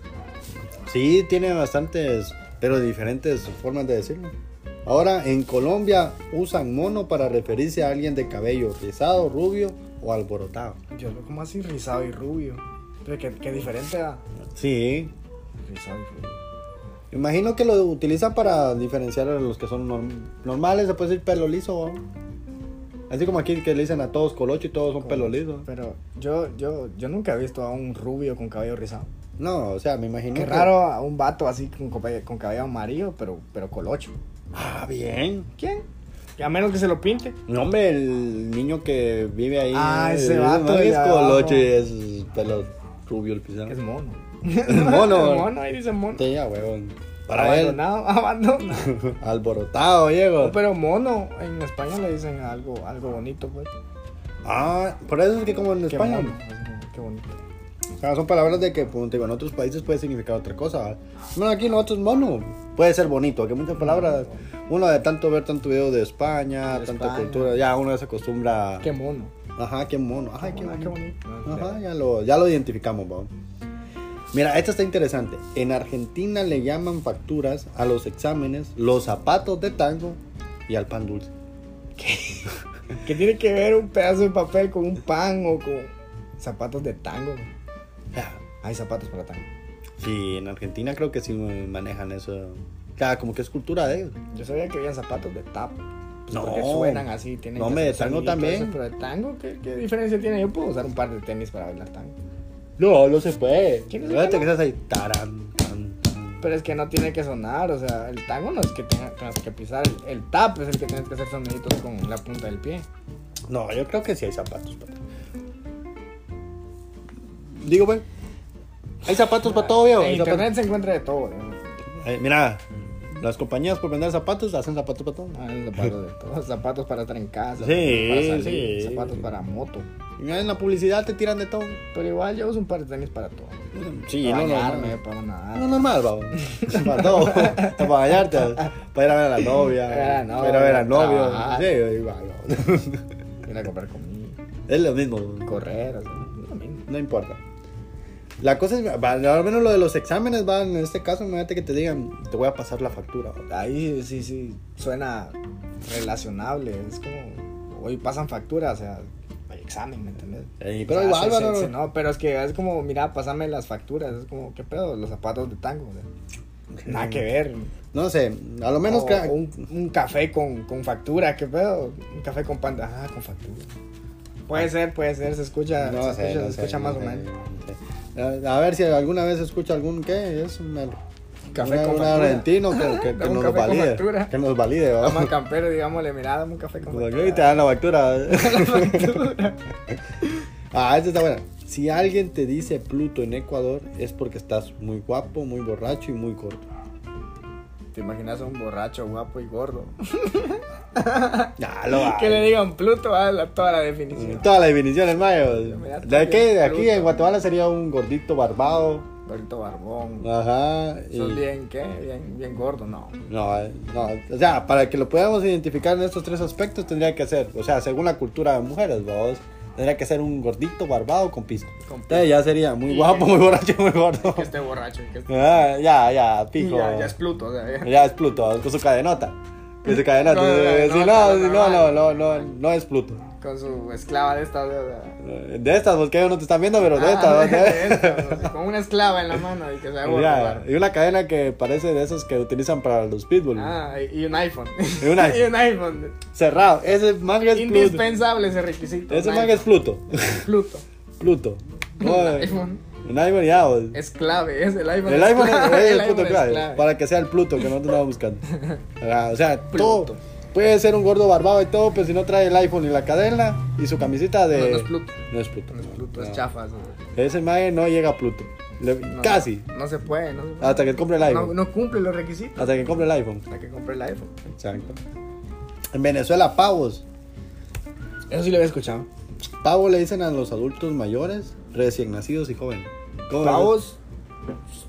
Speaker 1: Sí, tiene bastantes, pero diferentes formas de decirlo. Ahora, en Colombia usan mono para referirse a alguien de cabello rizado, rubio o alborotado.
Speaker 2: Yo lo como así rizado y rubio. Pero que, que diferente a
Speaker 1: Sí.
Speaker 2: rizado y rubio.
Speaker 1: Imagino que lo utilizan para diferenciar a los que son norm- normales, se puede decir pelo liso. ¿no? Así como aquí que le dicen a todos colocho y todos son pelo liso.
Speaker 2: Pero yo, yo, yo nunca he visto a un rubio con cabello rizado.
Speaker 1: No, o sea, me imagino.
Speaker 2: Qué
Speaker 1: que-
Speaker 2: raro a un vato así con, cope- con cabello amarillo, pero, pero colocho.
Speaker 1: Ah, bien.
Speaker 2: ¿Quién? A menos que se lo pinte.
Speaker 1: No, hombre, el niño que vive ahí.
Speaker 2: Ah,
Speaker 1: eh,
Speaker 2: ese
Speaker 1: es-
Speaker 2: vato de
Speaker 1: Es
Speaker 2: abajo.
Speaker 1: colocho y es pelo rubio el pisado.
Speaker 2: Es mono.
Speaker 1: mono.
Speaker 2: Es mono, ahí dice mono.
Speaker 1: Sí, ya, huevón. Para él,
Speaker 2: abandonado, abandonado.
Speaker 1: alborotado, Diego.
Speaker 2: No, pero mono, en España le dicen algo, algo bonito, pues.
Speaker 1: Ah, por eso es que como en
Speaker 2: Qué
Speaker 1: España.
Speaker 2: mono, así como, Qué bonito.
Speaker 1: sea, son palabras de que pues, te digo, en otros países puede significar otra cosa. ¿verdad? Bueno, aquí nosotros mono puede ser bonito, que muchas palabras, uno de tanto ver tanto video de España,
Speaker 2: De
Speaker 1: tanta
Speaker 2: España.
Speaker 1: cultura, ya uno se acostumbra.
Speaker 2: Qué mono.
Speaker 1: Ajá, qué mono. Ajá, qué
Speaker 2: Ah,
Speaker 1: bonito.
Speaker 2: bonito.
Speaker 1: Ajá, ya lo, ya lo identificamos, vamos. Mira, esta está interesante. En Argentina le llaman facturas a los exámenes, los zapatos de tango y al pan dulce.
Speaker 2: ¿Qué tiene que ver un pedazo de papel con un pan o con zapatos de tango?
Speaker 1: Ya.
Speaker 2: Hay zapatos para tango.
Speaker 1: Sí, en Argentina creo que sí manejan eso. Claro, como que es cultura de ellos.
Speaker 2: Yo sabía que habían zapatos de tap. Pues
Speaker 1: No.
Speaker 2: Porque suenan así, tienen
Speaker 1: No,
Speaker 2: que
Speaker 1: hombre,
Speaker 2: hacer
Speaker 1: de tango
Speaker 2: sonido y todo
Speaker 1: también.
Speaker 2: eso, Pero de tango, ¿qué, ¿qué diferencia tiene? Yo puedo usar un par de tenis para bailar tango.
Speaker 1: No, no se puede.
Speaker 2: ¿Quién es el
Speaker 1: Fíjate
Speaker 2: pan?
Speaker 1: que estás ahí. Taran, tan, tan.
Speaker 2: Pero es que no tiene que sonar, o sea, el tango no es que tenga- tengas que pisar, el, el tap es el que tienes que hacer soniditos con la punta del pie.
Speaker 1: No, yo creo que sí hay zapatos. Para... Digo, güey. Hay zapatos para todo, viejo.
Speaker 2: En
Speaker 1: Hay zapatos-
Speaker 2: internet se encuentra de todo, digamos.
Speaker 1: Eh, mira, las compañías por vender zapatos hacen zapatos para todo. Ah,
Speaker 2: Hay zapatos de todo, zapatos para estar en casa,
Speaker 1: Sí,
Speaker 2: zapatos para salir,
Speaker 1: sí.
Speaker 2: zapatos para moto.
Speaker 1: Y mira, en la publicidad te tiran de todo.
Speaker 2: Pero igual yo uso un par de tenis para todo.
Speaker 1: Sí,
Speaker 2: para
Speaker 1: no,
Speaker 2: bañarme,
Speaker 1: normal.
Speaker 2: para nadar.
Speaker 1: No, normal, babo. Para todo. Para bañarte, para ir a ver a la novia.
Speaker 2: Para ver a la
Speaker 1: Para ir a ver al
Speaker 2: novia,
Speaker 1: novio.
Speaker 2: trabajar.
Speaker 1: Sí, "Ah, igual. babo.
Speaker 2: Ir a comprar comida,
Speaker 1: Es lo mismo.
Speaker 2: correr, o sea, es lo mismo.
Speaker 1: No importa. La cosa es, va- al menos lo de los exámenes, va, en este caso, imagínate que te digan, te voy a pasar la factura. babo.
Speaker 2: Ahí sí, sí, suena relacionable. Es como, hoy pasan facturas, o sea, hay examen, ¿me entendés?
Speaker 1: Ey,
Speaker 2: O
Speaker 1: pero
Speaker 2: sea,
Speaker 1: igual,
Speaker 2: pues, se- se-
Speaker 1: bárbaro.
Speaker 2: se- no, pero es que es como, mira, pásame las facturas. Es como, ¿qué pedo? Los zapatos de tango. o sea, nada que ver.
Speaker 1: No sé, a lo menos
Speaker 2: O
Speaker 1: que-
Speaker 2: un, un café con, con factura, ¿qué pedo? Un café con pan. Ah, con factura. Puede ser, puede ser, se escucha, se escucha, se escucha
Speaker 1: no
Speaker 2: más
Speaker 1: sé,
Speaker 2: o menos.
Speaker 1: no sé. A a ver si alguna vez escucha algún qué, es un,
Speaker 2: Café
Speaker 1: un-
Speaker 2: con
Speaker 1: un
Speaker 2: factura.
Speaker 1: argentino que, que- que
Speaker 2: Un
Speaker 1: nos
Speaker 2: café con
Speaker 1: valide.
Speaker 2: factura.
Speaker 1: Que nos valide, ¿va?
Speaker 2: Vamos al campero, digámosle, mira, dame un café con
Speaker 1: Pues,
Speaker 2: factura.
Speaker 1: ok, te dan la factura. ah, esta está buena. Si alguien te dice Pluto en Ecuador es porque estás muy guapo, muy borracho y muy corto.
Speaker 2: ¿Te imaginas a un borracho guapo y gordo?
Speaker 1: Ya Ah, lo va.
Speaker 2: Que le digan Pluto a la, toda la definición.
Speaker 1: Toda la definición, hermano.
Speaker 2: Mira,
Speaker 1: ¿De qué? De aquí
Speaker 2: Pluto.
Speaker 1: en Guatemala sería un gordito barbado.
Speaker 2: Gordito barbón.
Speaker 1: Ajá. y-
Speaker 2: ¿Sos bien qué? Bien, bien gordo, no.
Speaker 1: No, eh, no, o sea, para que lo podamos identificar en estos tres aspectos tendría que ser, o sea, según la cultura de mujeres, vos, tendría que ser un gordito barbado con pisto.
Speaker 2: Con
Speaker 1: Entonces ya sería muy guapo, muy borracho, muy gordo.
Speaker 2: Que esté borracho. Que esté...
Speaker 1: Ah, ya, ya, pico.
Speaker 2: Y ya, ya es Pluto. O sea, ya-
Speaker 1: Ya es Pluto, con su cadenota. Con su cadenota.
Speaker 2: No, no, no,
Speaker 1: Si
Speaker 2: no,
Speaker 1: no,
Speaker 2: no,
Speaker 1: si no,
Speaker 2: no,
Speaker 1: no,
Speaker 2: no,
Speaker 1: no, no, no es Pluto.
Speaker 2: Con su esclava de esta. De, de-
Speaker 1: De estas, porque ellos no te están viendo, pero de
Speaker 2: Ah,
Speaker 1: estas. ¿no?
Speaker 2: de esta, o sea, con una esclava en la mano y que se va a
Speaker 1: Ya,
Speaker 2: borrar.
Speaker 1: y una cadena que parece de esas que utilizan para los pitbulls.
Speaker 2: Ah, y y un iPhone.
Speaker 1: Y un iPhone.
Speaker 2: y un iPhone.
Speaker 1: Cerrado. Ese manga es Pluto.
Speaker 2: Indispensable ese requisito.
Speaker 1: Ese
Speaker 2: un
Speaker 1: manga es Pluto.
Speaker 2: iPhone. Pluto.
Speaker 1: Pluto. No, eh,
Speaker 2: iPhone.
Speaker 1: un iPhone ya, o- El
Speaker 2: Es clave, es el iPhone.
Speaker 1: iPhone es,
Speaker 2: clave,
Speaker 1: es
Speaker 2: el
Speaker 1: el Pluto
Speaker 2: iPhone es
Speaker 1: clave,
Speaker 2: clave.
Speaker 1: Para que sea el Pluto que nosotros estamos buscando. Ajá, o sea,
Speaker 2: Pluto.
Speaker 1: todo. Puede ser un gordo barbado y todo, pero si no trae el iPhone y la cadena y su camiseta de.
Speaker 2: No, no es Pluto.
Speaker 1: No es Pluto.
Speaker 2: No es Pluto,
Speaker 1: No.
Speaker 2: es chafas. o sea.
Speaker 1: Ese mae no llega a Pluto. Le-
Speaker 2: No,
Speaker 1: Casi. Ah,
Speaker 2: No se puede, no se puede.
Speaker 1: Hasta que compre el
Speaker 2: No,
Speaker 1: iPhone.
Speaker 2: no cumple los requisitos.
Speaker 1: Hasta que compre el iPhone.
Speaker 2: Hasta que compre el iPhone.
Speaker 1: Exacto. En Venezuela, pavos.
Speaker 2: Eso sí lo había escuchado.
Speaker 1: Pavo le dicen a los adultos mayores, recién nacidos y jóvenes. ¿Cómo ves?
Speaker 2: Pavos.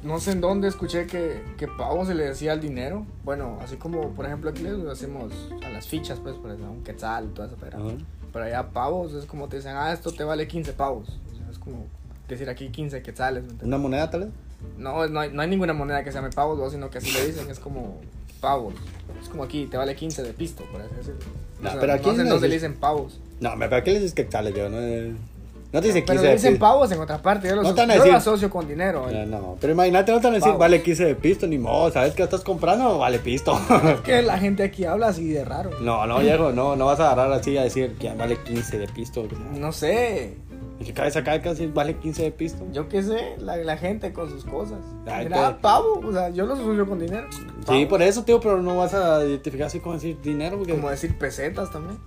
Speaker 2: No sé en dónde escuché que, que pavos se le decía al dinero. Bueno, así como por ejemplo aquí le hacemos a las fichas, pues, por ejemplo, un quetzal, toda esa pera.
Speaker 1: Ajá.
Speaker 2: Pero allá pavos es como te dicen, ah, esto te vale 15 pavos. O sea, es como decir aquí 15 quetzales. ¿me entiendes?
Speaker 1: ¿Una moneda tal vez?
Speaker 2: No, no hay, no hay ninguna moneda que se llame pavos, ¿no? sino que así le dicen, es como pavos. Es como aquí, te vale 15 de pisto, por así decirlo.
Speaker 1: No, pero aquí
Speaker 2: Ah, no sé en
Speaker 1: no
Speaker 2: dónde le
Speaker 1: existe.
Speaker 2: dicen pavos.
Speaker 1: No, me- pero ¿qué le dices que tal, yo? No, eh, no te dice
Speaker 2: Pero
Speaker 1: 15
Speaker 2: le
Speaker 1: de
Speaker 2: dicen
Speaker 1: pi-
Speaker 2: pavos en otras partes, yo, los,
Speaker 1: No te van a
Speaker 2: yo lo
Speaker 1: decir.
Speaker 2: asocio con dinero.
Speaker 1: Eh,
Speaker 2: eh.
Speaker 1: No, pero imagínate, no te van a decir,
Speaker 2: Pavos.
Speaker 1: vale 15 de pisto, ni modo, ¿sabes qué estás comprando? Vale pisto.
Speaker 2: Es que la gente aquí habla así de raro.
Speaker 1: no, no, viejo, no, no vas a agarrar así a decir que vale 15 de pisto.
Speaker 2: No sé,
Speaker 1: Y que cabeza acá casi vale 15 de pisto.
Speaker 2: yo qué sé, la, la gente con sus cosas.
Speaker 1: Ay,
Speaker 2: Mira,
Speaker 1: te-
Speaker 2: pavo, o sea, yo los asocio con dinero.
Speaker 1: Sí,
Speaker 2: Pavo.
Speaker 1: por eso, tío, pero no vas a identificar así como decir dinero, porque
Speaker 2: Como decir pesetas también.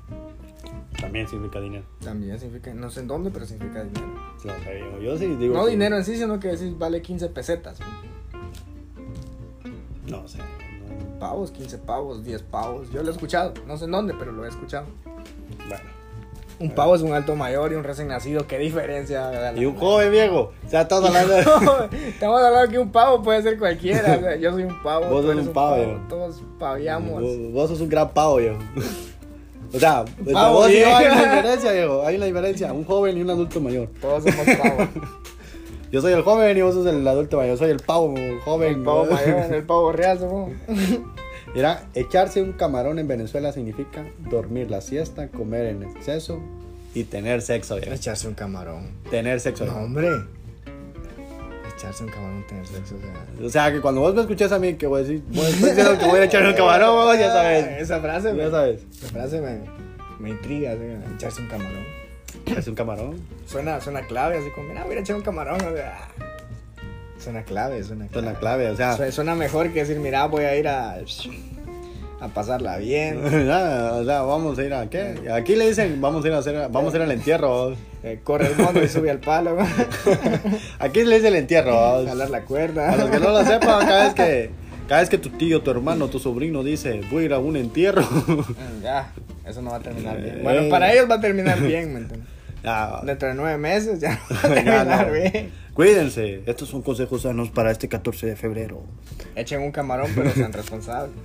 Speaker 1: también significa dinero.
Speaker 2: También significa, no sé en dónde, pero significa dinero.
Speaker 1: No sé, viejo, yo sí digo.
Speaker 2: no
Speaker 1: que-
Speaker 2: dinero en sí, sino que decís vale 15 pesetas.
Speaker 1: No sé. no.
Speaker 2: pavos, 15 pavos, 10 pavos. Yo lo he escuchado, no sé en dónde, pero lo he escuchado.
Speaker 1: Bueno.
Speaker 2: Un pavo es un alto mayor y un recién nacido, qué diferencia. ¿verdad?
Speaker 1: Ah. Y un joven viejo. O sea, estás hablando de...
Speaker 2: Estamos hablando que un pavo puede ser cualquiera. o sea, yo soy un pavo.
Speaker 1: Vos
Speaker 2: tú
Speaker 1: sos
Speaker 2: eres
Speaker 1: un pavo, yo.
Speaker 2: Todos paviamos.
Speaker 1: Vos, vos sos un gran pavo, viejo. O sea, entre
Speaker 2: Pavo
Speaker 1: vos y yo
Speaker 2: viejo.
Speaker 1: hay una diferencia, viejo. Hay una diferencia. Un joven y un adulto mayor.
Speaker 2: Todos somos pavos.
Speaker 1: Yo soy el joven y vos sos el adulto mayor. Yo soy el pavo joven.
Speaker 2: El pavo mayor, el pavo real, somos.
Speaker 1: Mira, echarse un camarón en Venezuela significa dormir la siesta, comer en exceso y tener sexo, viejo.
Speaker 2: Echarse un camarón.
Speaker 1: Tener sexo,
Speaker 2: No,
Speaker 1: viejo.
Speaker 2: hombre. Echarse un camarón, tener sexo, o sea.
Speaker 1: O sea, que cuando vos me escuchás a mí, que voy a decir, vos estás diciendo que voy a echar un camarón, vos ya sabes.
Speaker 2: Ah, Esa frase, me,
Speaker 1: Ya sabes.
Speaker 2: Esa frase me, me intriga, o sea, echarse un camarón.
Speaker 1: Es un camarón.
Speaker 2: Suena, suena clave, así como, mira, voy a ir a echar un camarón. o sea, suena clave, suena
Speaker 1: Esa es
Speaker 2: clave.
Speaker 1: la clave, o sea.
Speaker 2: Su- Suena mejor que decir, mira, voy a ir a, a pasarla bien.
Speaker 1: Ya, o sea, vamos a ir a qué? Aquí le dicen, vamos a ir a hacer, vamos a ir al entierro. vos.
Speaker 2: Eh, corre el mundo y sube al palo.
Speaker 1: Aquí le dicen el entierro. vos.
Speaker 2: jalar la
Speaker 1: A los que
Speaker 2: cuerda.
Speaker 1: no lo sepan, cada vez que, cada vez que tu tío, tu hermano, tu sobrino dice, voy a ir a un entierro.
Speaker 2: Mm, Ya, eso no va a terminar bien.
Speaker 1: Eh.
Speaker 2: Bueno, para ellos va a terminar bien, ¿me entiendes?
Speaker 1: Ya,
Speaker 2: Dentro de nueve meses ya no va a
Speaker 1: ya
Speaker 2: terminar
Speaker 1: no.
Speaker 2: bien.
Speaker 1: Cuídense, estos son consejos sanos para este 14 de febrero.
Speaker 2: Echen un camarón, pero sean responsables.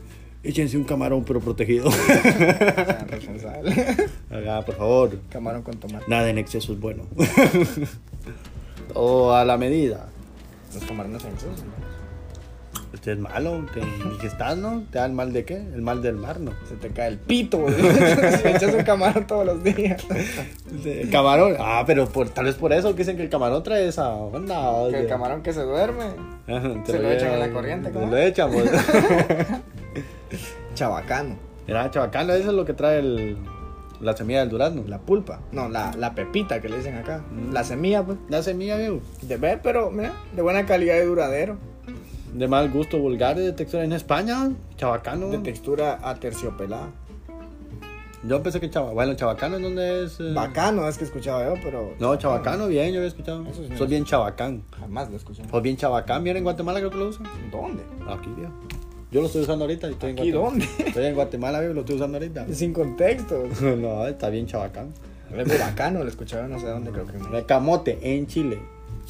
Speaker 1: Échense un camarón pero protegido.
Speaker 2: Sean responsables.
Speaker 1: Acá, por favor,
Speaker 2: Camarón con tomate.
Speaker 1: nada en exceso es bueno. o a la medida.
Speaker 2: Los camarones en exceso. ¿no?
Speaker 1: Este es malo, te ingestas, ¿no? ¿Te da el mal de qué? El mal del mar, ¿no?
Speaker 2: Se te cae el pito, güey. Si me echas un camarón todos los días.
Speaker 1: De- Camarón. Ah, pero por, tal vez por eso que dicen que el camarón trae esa onda. o
Speaker 2: Que
Speaker 1: sea.
Speaker 2: el camarón que se duerme.
Speaker 1: Ajá,
Speaker 2: se
Speaker 1: te
Speaker 2: lo echan en la
Speaker 1: llevan,
Speaker 2: corriente,
Speaker 1: te
Speaker 2: ¿cómo?
Speaker 1: Lo echan, pues.
Speaker 2: Chabacano.
Speaker 1: Mira, chavacano, eso es lo que trae el, la semilla del durazno. La,
Speaker 2: La pulpa. No, la, la pepita que le dicen acá. La semilla, pues.
Speaker 1: la semilla, viejo.
Speaker 2: De ver, pero mira, de buena calidad y duradero.
Speaker 1: De mal gusto vulgar y de textura. En España, chavacano.
Speaker 2: De textura aterciopelada.
Speaker 1: Yo pensé que chavacano. Bueno, chavacano, ¿en ¿dónde es? eh?
Speaker 2: Bacano es que escuchaba yo, pero.
Speaker 1: No, chavacano, bien, yo había escuchado.
Speaker 2: Eso sí me
Speaker 1: Soy bien chabacán.
Speaker 2: Jamás lo escuché.
Speaker 1: O bien chabacán, bien en Guatemala creo que lo usan.
Speaker 2: ¿Dónde?
Speaker 1: Aquí, viejo. Yo lo estoy usando ahorita y estoy en
Speaker 2: ¿Aquí
Speaker 1: Guatemala.
Speaker 2: dónde?
Speaker 1: Estoy en Guatemala, viejo, lo estoy usando ahorita.
Speaker 2: Sin contexto.
Speaker 1: No, está bien chabacán.
Speaker 2: Luego bacano lo escuchaba no sé dónde, creo que en
Speaker 1: El camote en Chile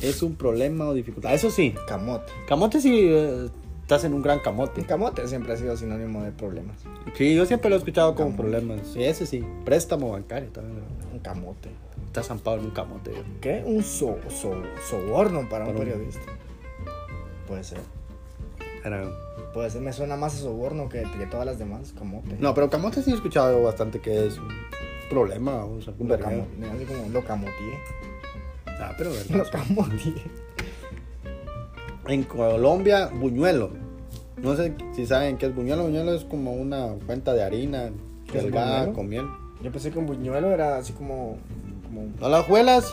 Speaker 1: es un problema o dificultad. Eso sí,
Speaker 2: Camote.
Speaker 1: camote sí eh, estás en un gran
Speaker 2: El
Speaker 1: camote.
Speaker 2: camote siempre ha sido sinónimo de problemas.
Speaker 1: Sí, yo siempre lo he escuchado como
Speaker 2: Camote.
Speaker 1: problemas. Sí, ese sí, préstamo bancario. también.
Speaker 2: Un camote.
Speaker 1: Estás zampado en un camote.
Speaker 2: ¿Qué? Un so- so- soborno para, un
Speaker 1: Para un-
Speaker 2: periodista. Puede ser.
Speaker 1: Pero-
Speaker 2: Puede ser. Me suena más a soborno que, que todas las demás. Camote.
Speaker 1: No, pero camote sí he escuchado bastante que es un problema o sea, un
Speaker 2: Lo
Speaker 1: vergueo.
Speaker 2: camo- me hace como lo camoteé.
Speaker 1: Ah, pero
Speaker 2: Lo
Speaker 1: vergas.
Speaker 2: camoteé.
Speaker 1: En Colombia, buñuelo. No sé si saben qué es buñuelo. Buñuelo es como una cuenta de harina
Speaker 2: ¿Qué es
Speaker 1: delgada
Speaker 2: buñuelo?
Speaker 1: con miel.
Speaker 2: Yo pensé que un buñuelo era así como, como un,
Speaker 1: ¿No las juelas?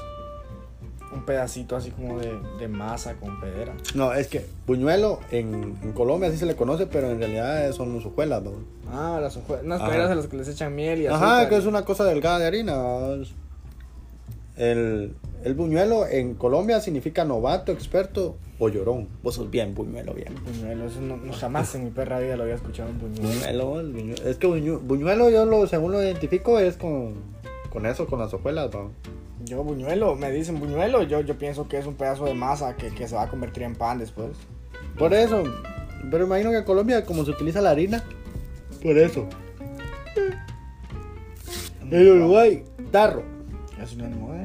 Speaker 2: un pedacito así como de, de masa con pedera.
Speaker 1: No, es que buñuelo en, en Colombia así se le conoce, pero en realidad son hojuelas, ¿no?
Speaker 2: Ah, las hojuelas. Unas
Speaker 1: Ajá.
Speaker 2: pedras a las que les echan miel y azúcar.
Speaker 1: Ajá, que es una cosa delgada de harina. ¿no? El, el buñuelo en Colombia significa novato, experto o llorón. Vos sos bien buñuelo, bien.
Speaker 2: Buñuelo, eso no, no- jamás en mi perra vida lo había escuchado un buñuelo.
Speaker 1: Buñuelo, el buñue- es que buñu- buñuelo yo lo, según lo identifico es con, con eso, con las hojuelas, ¿no?
Speaker 2: Yo buñuelo, me dicen buñuelo, yo, yo pienso que es un pedazo de masa que, que se va a convertir en pan después.
Speaker 1: Por eso, pero imagino que en Colombia como se utiliza la harina, por eso. En Uruguay, tarro.
Speaker 2: Es sinónimo
Speaker 1: eh.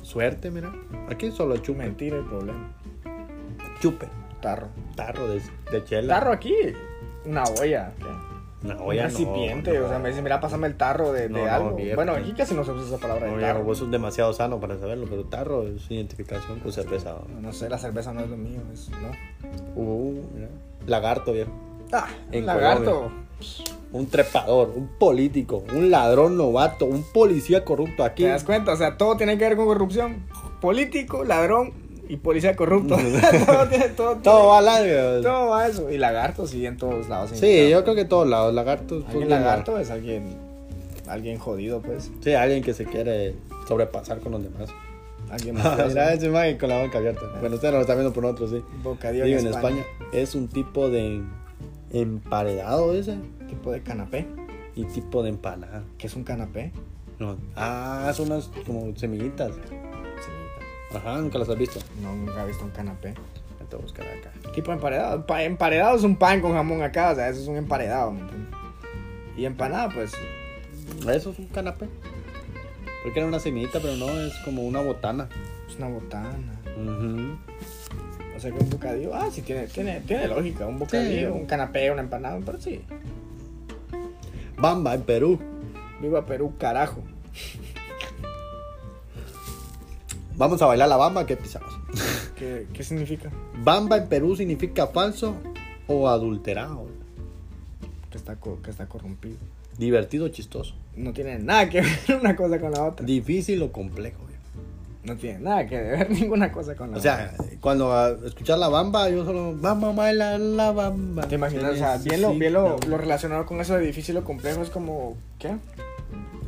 Speaker 2: de
Speaker 1: Suerte, mira. Aquí solo chupe.
Speaker 2: mentira el problema.
Speaker 1: Chupe.
Speaker 2: Tarro.
Speaker 1: Tarro de, de chela.
Speaker 2: Tarro aquí, una olla. que-
Speaker 1: No,
Speaker 2: un
Speaker 1: ya no,
Speaker 2: recipiente,
Speaker 1: no.
Speaker 2: o sea, me dicen, mira, pásame el tarro de, de
Speaker 1: No, no,
Speaker 2: algo.
Speaker 1: mierda.
Speaker 2: bueno, aquí casi no se usa esa palabra
Speaker 1: No,
Speaker 2: de
Speaker 1: ya, pues,
Speaker 2: tarro.
Speaker 1: vos sos demasiado sano para saberlo, pero tarro es identificación con cerveza.
Speaker 2: No, no sé, la cerveza no es lo mío, es, ¿no?
Speaker 1: Uh, mira. Lagarto, viejo.
Speaker 2: Ah,
Speaker 1: En
Speaker 2: lagarto.
Speaker 1: Un trepador, un político, un ladrón novato, un policía corrupto aquí.
Speaker 2: ¿Te das cuenta? O sea, todo tiene que ver con corrupción. Político, ladrón y policía corrupto. todo tiene, todo,
Speaker 1: Todo va al
Speaker 2: tiene- todo va a eso. Y lagarto, sí, en todos lados.
Speaker 1: Sí, yo creo que todos lados, lagartos.
Speaker 2: Alguien
Speaker 1: pues,
Speaker 2: lagarto es alguien, alguien jodido, pues.
Speaker 1: Sí, alguien que se quiere sobrepasar con los demás.
Speaker 2: Alguien mafioso.
Speaker 1: Mira, ese man con la boca abierta. Bueno, ustedes no lo están viendo por nosotros, sí.
Speaker 2: Bocadillo
Speaker 1: Digo, en España. es un tipo de emparedado ese
Speaker 2: Tipo de canapé.
Speaker 1: y tipo de empanada.
Speaker 2: ¿Qué es un canapé?
Speaker 1: No. Ah, son unas como semillitas.
Speaker 2: Semillitas.
Speaker 1: Ajá, nunca las has visto.
Speaker 2: No, nunca he visto un canapé.
Speaker 1: Ya te voy a buscar acá.
Speaker 2: Tipo emparedado. Pa- emparedado es un pan con jamón acá, o sea, eso es un emparedado. ¿me entiendes? Y empanada, pues,
Speaker 1: Eso es un canapé. Porque era una semillita, pero no, es como una botana.
Speaker 2: es pues, una botana.
Speaker 1: Ujú.
Speaker 2: O sea, que un bocadillo, ah, sí, tiene, tiene, tiene lógica. Un bocadillo, un canapé, una empanada, pero sí.
Speaker 1: Bamba, en Perú.
Speaker 2: Viva Perú, carajo.
Speaker 1: Vamos a bailar la bamba, ¿qué pisamos?
Speaker 2: ¿Qué, qué significa?
Speaker 1: Bamba en Perú significa falso o adulterado.
Speaker 2: Que está, co- que está corrompido.
Speaker 1: Divertido o chistoso.
Speaker 2: No tiene nada que ver una cosa con la otra.
Speaker 1: Difícil o complejo. güey.
Speaker 2: No tiene nada que ver ninguna cosa con la
Speaker 1: O
Speaker 2: otra.
Speaker 1: sea, cuando ah, escuchar la bamba, yo solo, vamos a bailar la bamba.
Speaker 2: ¿Te imaginas? O sea, bien, lo, bien lo, lo relacionado con eso de difícil o complejo es como, ¿qué?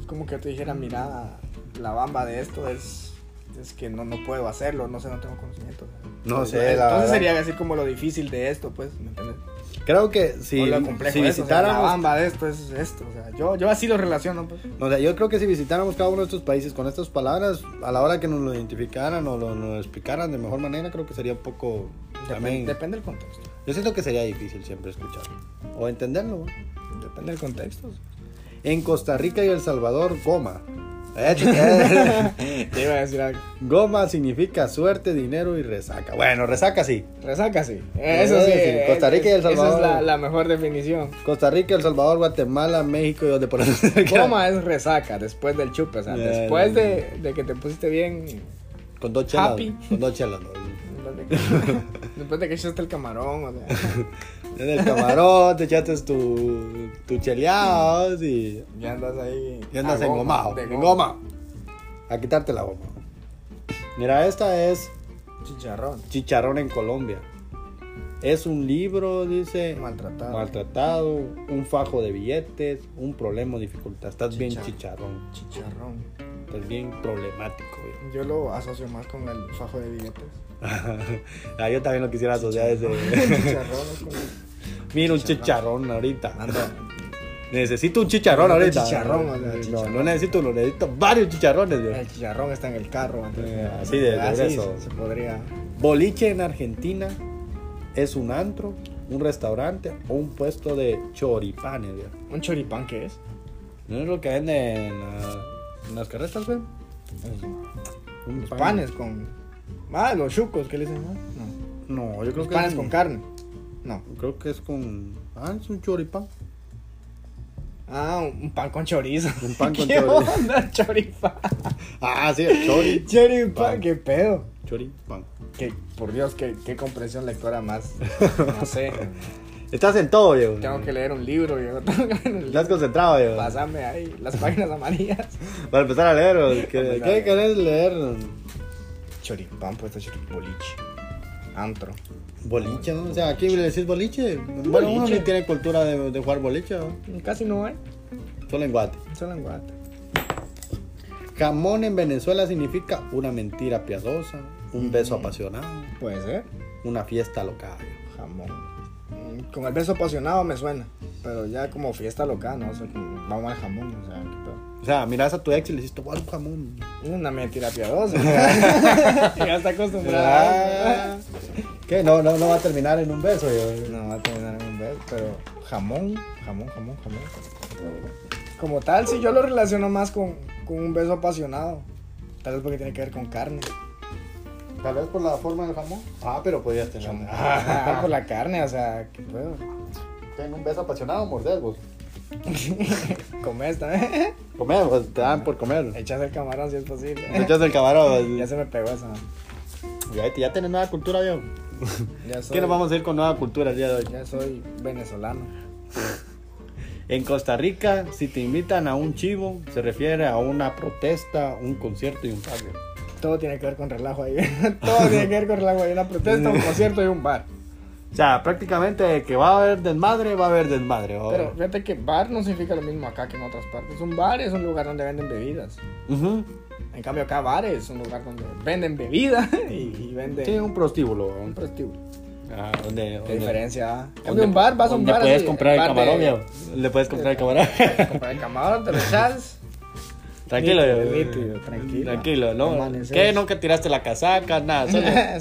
Speaker 2: Es como que te dijera, mira, la bamba de esto es, es que no, no puedo hacerlo, no sé, no tengo conocimiento.
Speaker 1: No sé, la
Speaker 2: Entonces
Speaker 1: verdad.
Speaker 2: sería así como lo difícil de esto, pues, ¿me entiendes?
Speaker 1: Creo que si,
Speaker 2: o lo complejo
Speaker 1: si
Speaker 2: de eso, o sea, la
Speaker 1: visitáramos
Speaker 2: bamba de esto es esto, o sea, yo, yo así lo relaciono, pues.
Speaker 1: O sea, yo creo que si visitáramos cada uno de estos países con estas palabras, a la hora que nos lo identificaran o lo, nos lo explicaran de mejor manera, creo que sería un poco...
Speaker 2: Depende,
Speaker 1: También,
Speaker 2: depende del contexto.
Speaker 1: yo siento que sería difícil siempre escucharlo o entenderlo. ¿no?
Speaker 2: Depende del contexto.
Speaker 1: En Costa Rica y El Salvador, goma. Eh,
Speaker 2: Te iba a decir algo.
Speaker 1: goma significa suerte, dinero y resaca. Bueno, resaca sí.
Speaker 2: Resaca, sí.
Speaker 1: Eh,
Speaker 2: Eso sí.
Speaker 1: sí, Costa Rica y El Salvador.
Speaker 2: Esa es la, la mejor definición.
Speaker 1: Costa Rica, El Salvador, Guatemala, México y donde por
Speaker 2: Coma es resaca después del chupe, o sea,
Speaker 1: Ya,
Speaker 2: después
Speaker 1: ya,
Speaker 2: de, de que te pusiste bien.
Speaker 1: Con dos chelas.
Speaker 2: Happy.
Speaker 1: Con dos chelas. ¿no?
Speaker 2: después de que- Después de que echaste el camarón, o sea,
Speaker 1: En el camarón te echaste tu, tu cheleados y...
Speaker 2: ya andas ahí.
Speaker 1: Ya andas
Speaker 2: a goma,
Speaker 1: engomado.
Speaker 2: de
Speaker 1: En goma. A quitarte la goma. Mira, esta es
Speaker 2: Chicharrón.
Speaker 1: Chicharrón en Colombia. Es un libro, dice.
Speaker 2: Maltratado.
Speaker 1: maltratado, un fajo de billetes, un problema o dificultad. Estás bien
Speaker 2: Chicha-
Speaker 1: chicharrón.
Speaker 2: Chicharrón.
Speaker 1: Estás bien problemático, güey.
Speaker 2: Yo lo asocio más con el fajo de billetes.
Speaker 1: Ah, yo también lo quisiera asociar a ese.
Speaker 2: Chicharrón es como-
Speaker 1: Mira, un chicharrón ahorita.
Speaker 2: Anda,
Speaker 1: Necesito un chicharrón ahorita.
Speaker 2: Chicharrón, o sea,
Speaker 1: No, no
Speaker 2: chicharrón.
Speaker 1: necesito uno, necesito varios chicharrones, güey.
Speaker 2: El chicharrón está en el carro. entonces,
Speaker 1: Eh, así de- de
Speaker 2: así
Speaker 1: eso.
Speaker 2: se podría.
Speaker 1: Boliche en Argentina es un antro, un restaurante o un puesto de choripanes, güey.
Speaker 2: ¿Un choripán qué es?
Speaker 1: ¿No es lo que venden en, la- en las carretas, güey? Un
Speaker 2: Los
Speaker 1: pan.
Speaker 2: panes con. Ah, los chucos, ¿qué le dicen? no? No.
Speaker 1: No, yo creo
Speaker 2: Los
Speaker 1: que
Speaker 2: panes
Speaker 1: es
Speaker 2: con carne. No.
Speaker 1: Creo que es con. Ah, es un choripán.
Speaker 2: Ah, un un pan con chorizo.
Speaker 1: Un pan con
Speaker 2: ¿Qué
Speaker 1: chorizo.
Speaker 2: onda, choripán?
Speaker 1: Ah, sí, chori.
Speaker 2: Choripán,
Speaker 1: Pan.
Speaker 2: qué pedo.
Speaker 1: Choripán.
Speaker 2: Que, por Dios, qué, qué comprensión lectora más. No sé.
Speaker 1: Estás en todo, Diego.
Speaker 2: tengo que leer un libro, yo tengo que leer un libro.
Speaker 1: Estás concentrado, Diego.
Speaker 2: Pásame ahí las páginas amarillas.
Speaker 1: Para empezar a leer, güey. ¿qué,
Speaker 2: Empezar a
Speaker 1: qué
Speaker 2: leer.
Speaker 1: querés leer?
Speaker 2: Choripán, pues este boliche. Antro.
Speaker 1: Boliche, ¿no? O sea, aquí le decís boliche. Bueno, uno
Speaker 2: Boliche.
Speaker 1: ni tiene cultura de, de jugar boliche, ¿no?
Speaker 2: Casi no hay.
Speaker 1: Solo en Guate.
Speaker 2: Solo en Guate.
Speaker 1: Jamón en Venezuela significa una mentira piadosa, un beso apasionado,
Speaker 2: Puede ser.
Speaker 1: una fiesta local.
Speaker 2: Jamón. Mm, Con el beso apasionado me suena. Pero ya como fiesta local, ¿no? O sea, como vamos al jamón, o sea, qué pedo.
Speaker 1: O sea, miras a tu ex y le hiciste, wow, jamón.
Speaker 2: Una mentira piadosa. ya está acostumbrada.
Speaker 1: Ah, ¿Qué? No, no, no va a terminar en un beso, yo.
Speaker 2: No va a terminar en un beso, pero jamón, jamón, jamón, jamón. Como tal, sí, yo lo relaciono más con, con un beso apasionado. Tal vez porque tiene que ver con carne.
Speaker 1: Tal vez por la forma del jamón. Ah, pero podías tener.
Speaker 2: Ah, por la carne, o sea, qué puedo.
Speaker 1: Ten un beso apasionado, pues. mordés vos.
Speaker 2: Comes también.
Speaker 1: Comer, vos, te dan por comer.
Speaker 2: Echas ¿eh? el camarón si es posible.
Speaker 1: Te echas el camarón.
Speaker 2: Ya
Speaker 1: vos.
Speaker 2: se me pegó esa.
Speaker 1: Ya, ya tenés nueva cultura, yo.
Speaker 2: Ya soy,
Speaker 1: ¿Qué nos vamos a ir con nueva cultura el día de hoy?
Speaker 2: ya soy venezolano.
Speaker 1: En Costa Rica, si te invitan a un chivo, se refiere a una protesta, un concierto y un pago.
Speaker 2: Todo tiene que ver con relajo ahí. Todo tiene que ver con relajo ahí. Una protesta, un concierto y un bar.
Speaker 1: O sea, prácticamente que va a haber desmadre, va a haber desmadre. ¿va?
Speaker 2: Pero fíjate que bar no significa lo mismo acá que en otras partes. Un bar es un lugar donde venden bebidas.
Speaker 1: Ujú.
Speaker 2: En cambio acá bar es un lugar donde venden bebidas y, y venden
Speaker 1: Sí, un prostíbulo. ¿va?
Speaker 2: un prostíbulo.
Speaker 1: Ah, donde,
Speaker 2: ¿Qué
Speaker 1: donde-
Speaker 2: diferencia? En cambio,
Speaker 1: donde-
Speaker 2: un bar, vas a un
Speaker 1: donde
Speaker 2: bar
Speaker 1: puedes
Speaker 2: así,
Speaker 1: comprar el
Speaker 2: bar de-
Speaker 1: camarón, ya. Le puedes comprar el camarón.
Speaker 2: Comprar el camarón, te lo echas.
Speaker 1: Tranquilo,
Speaker 2: Nítido,
Speaker 1: yo-
Speaker 2: nítido, tranquilo.
Speaker 1: Tranquilo, ¿no?
Speaker 2: Amaneces.
Speaker 1: ¿Qué? Nunca tiraste la casaca, nada.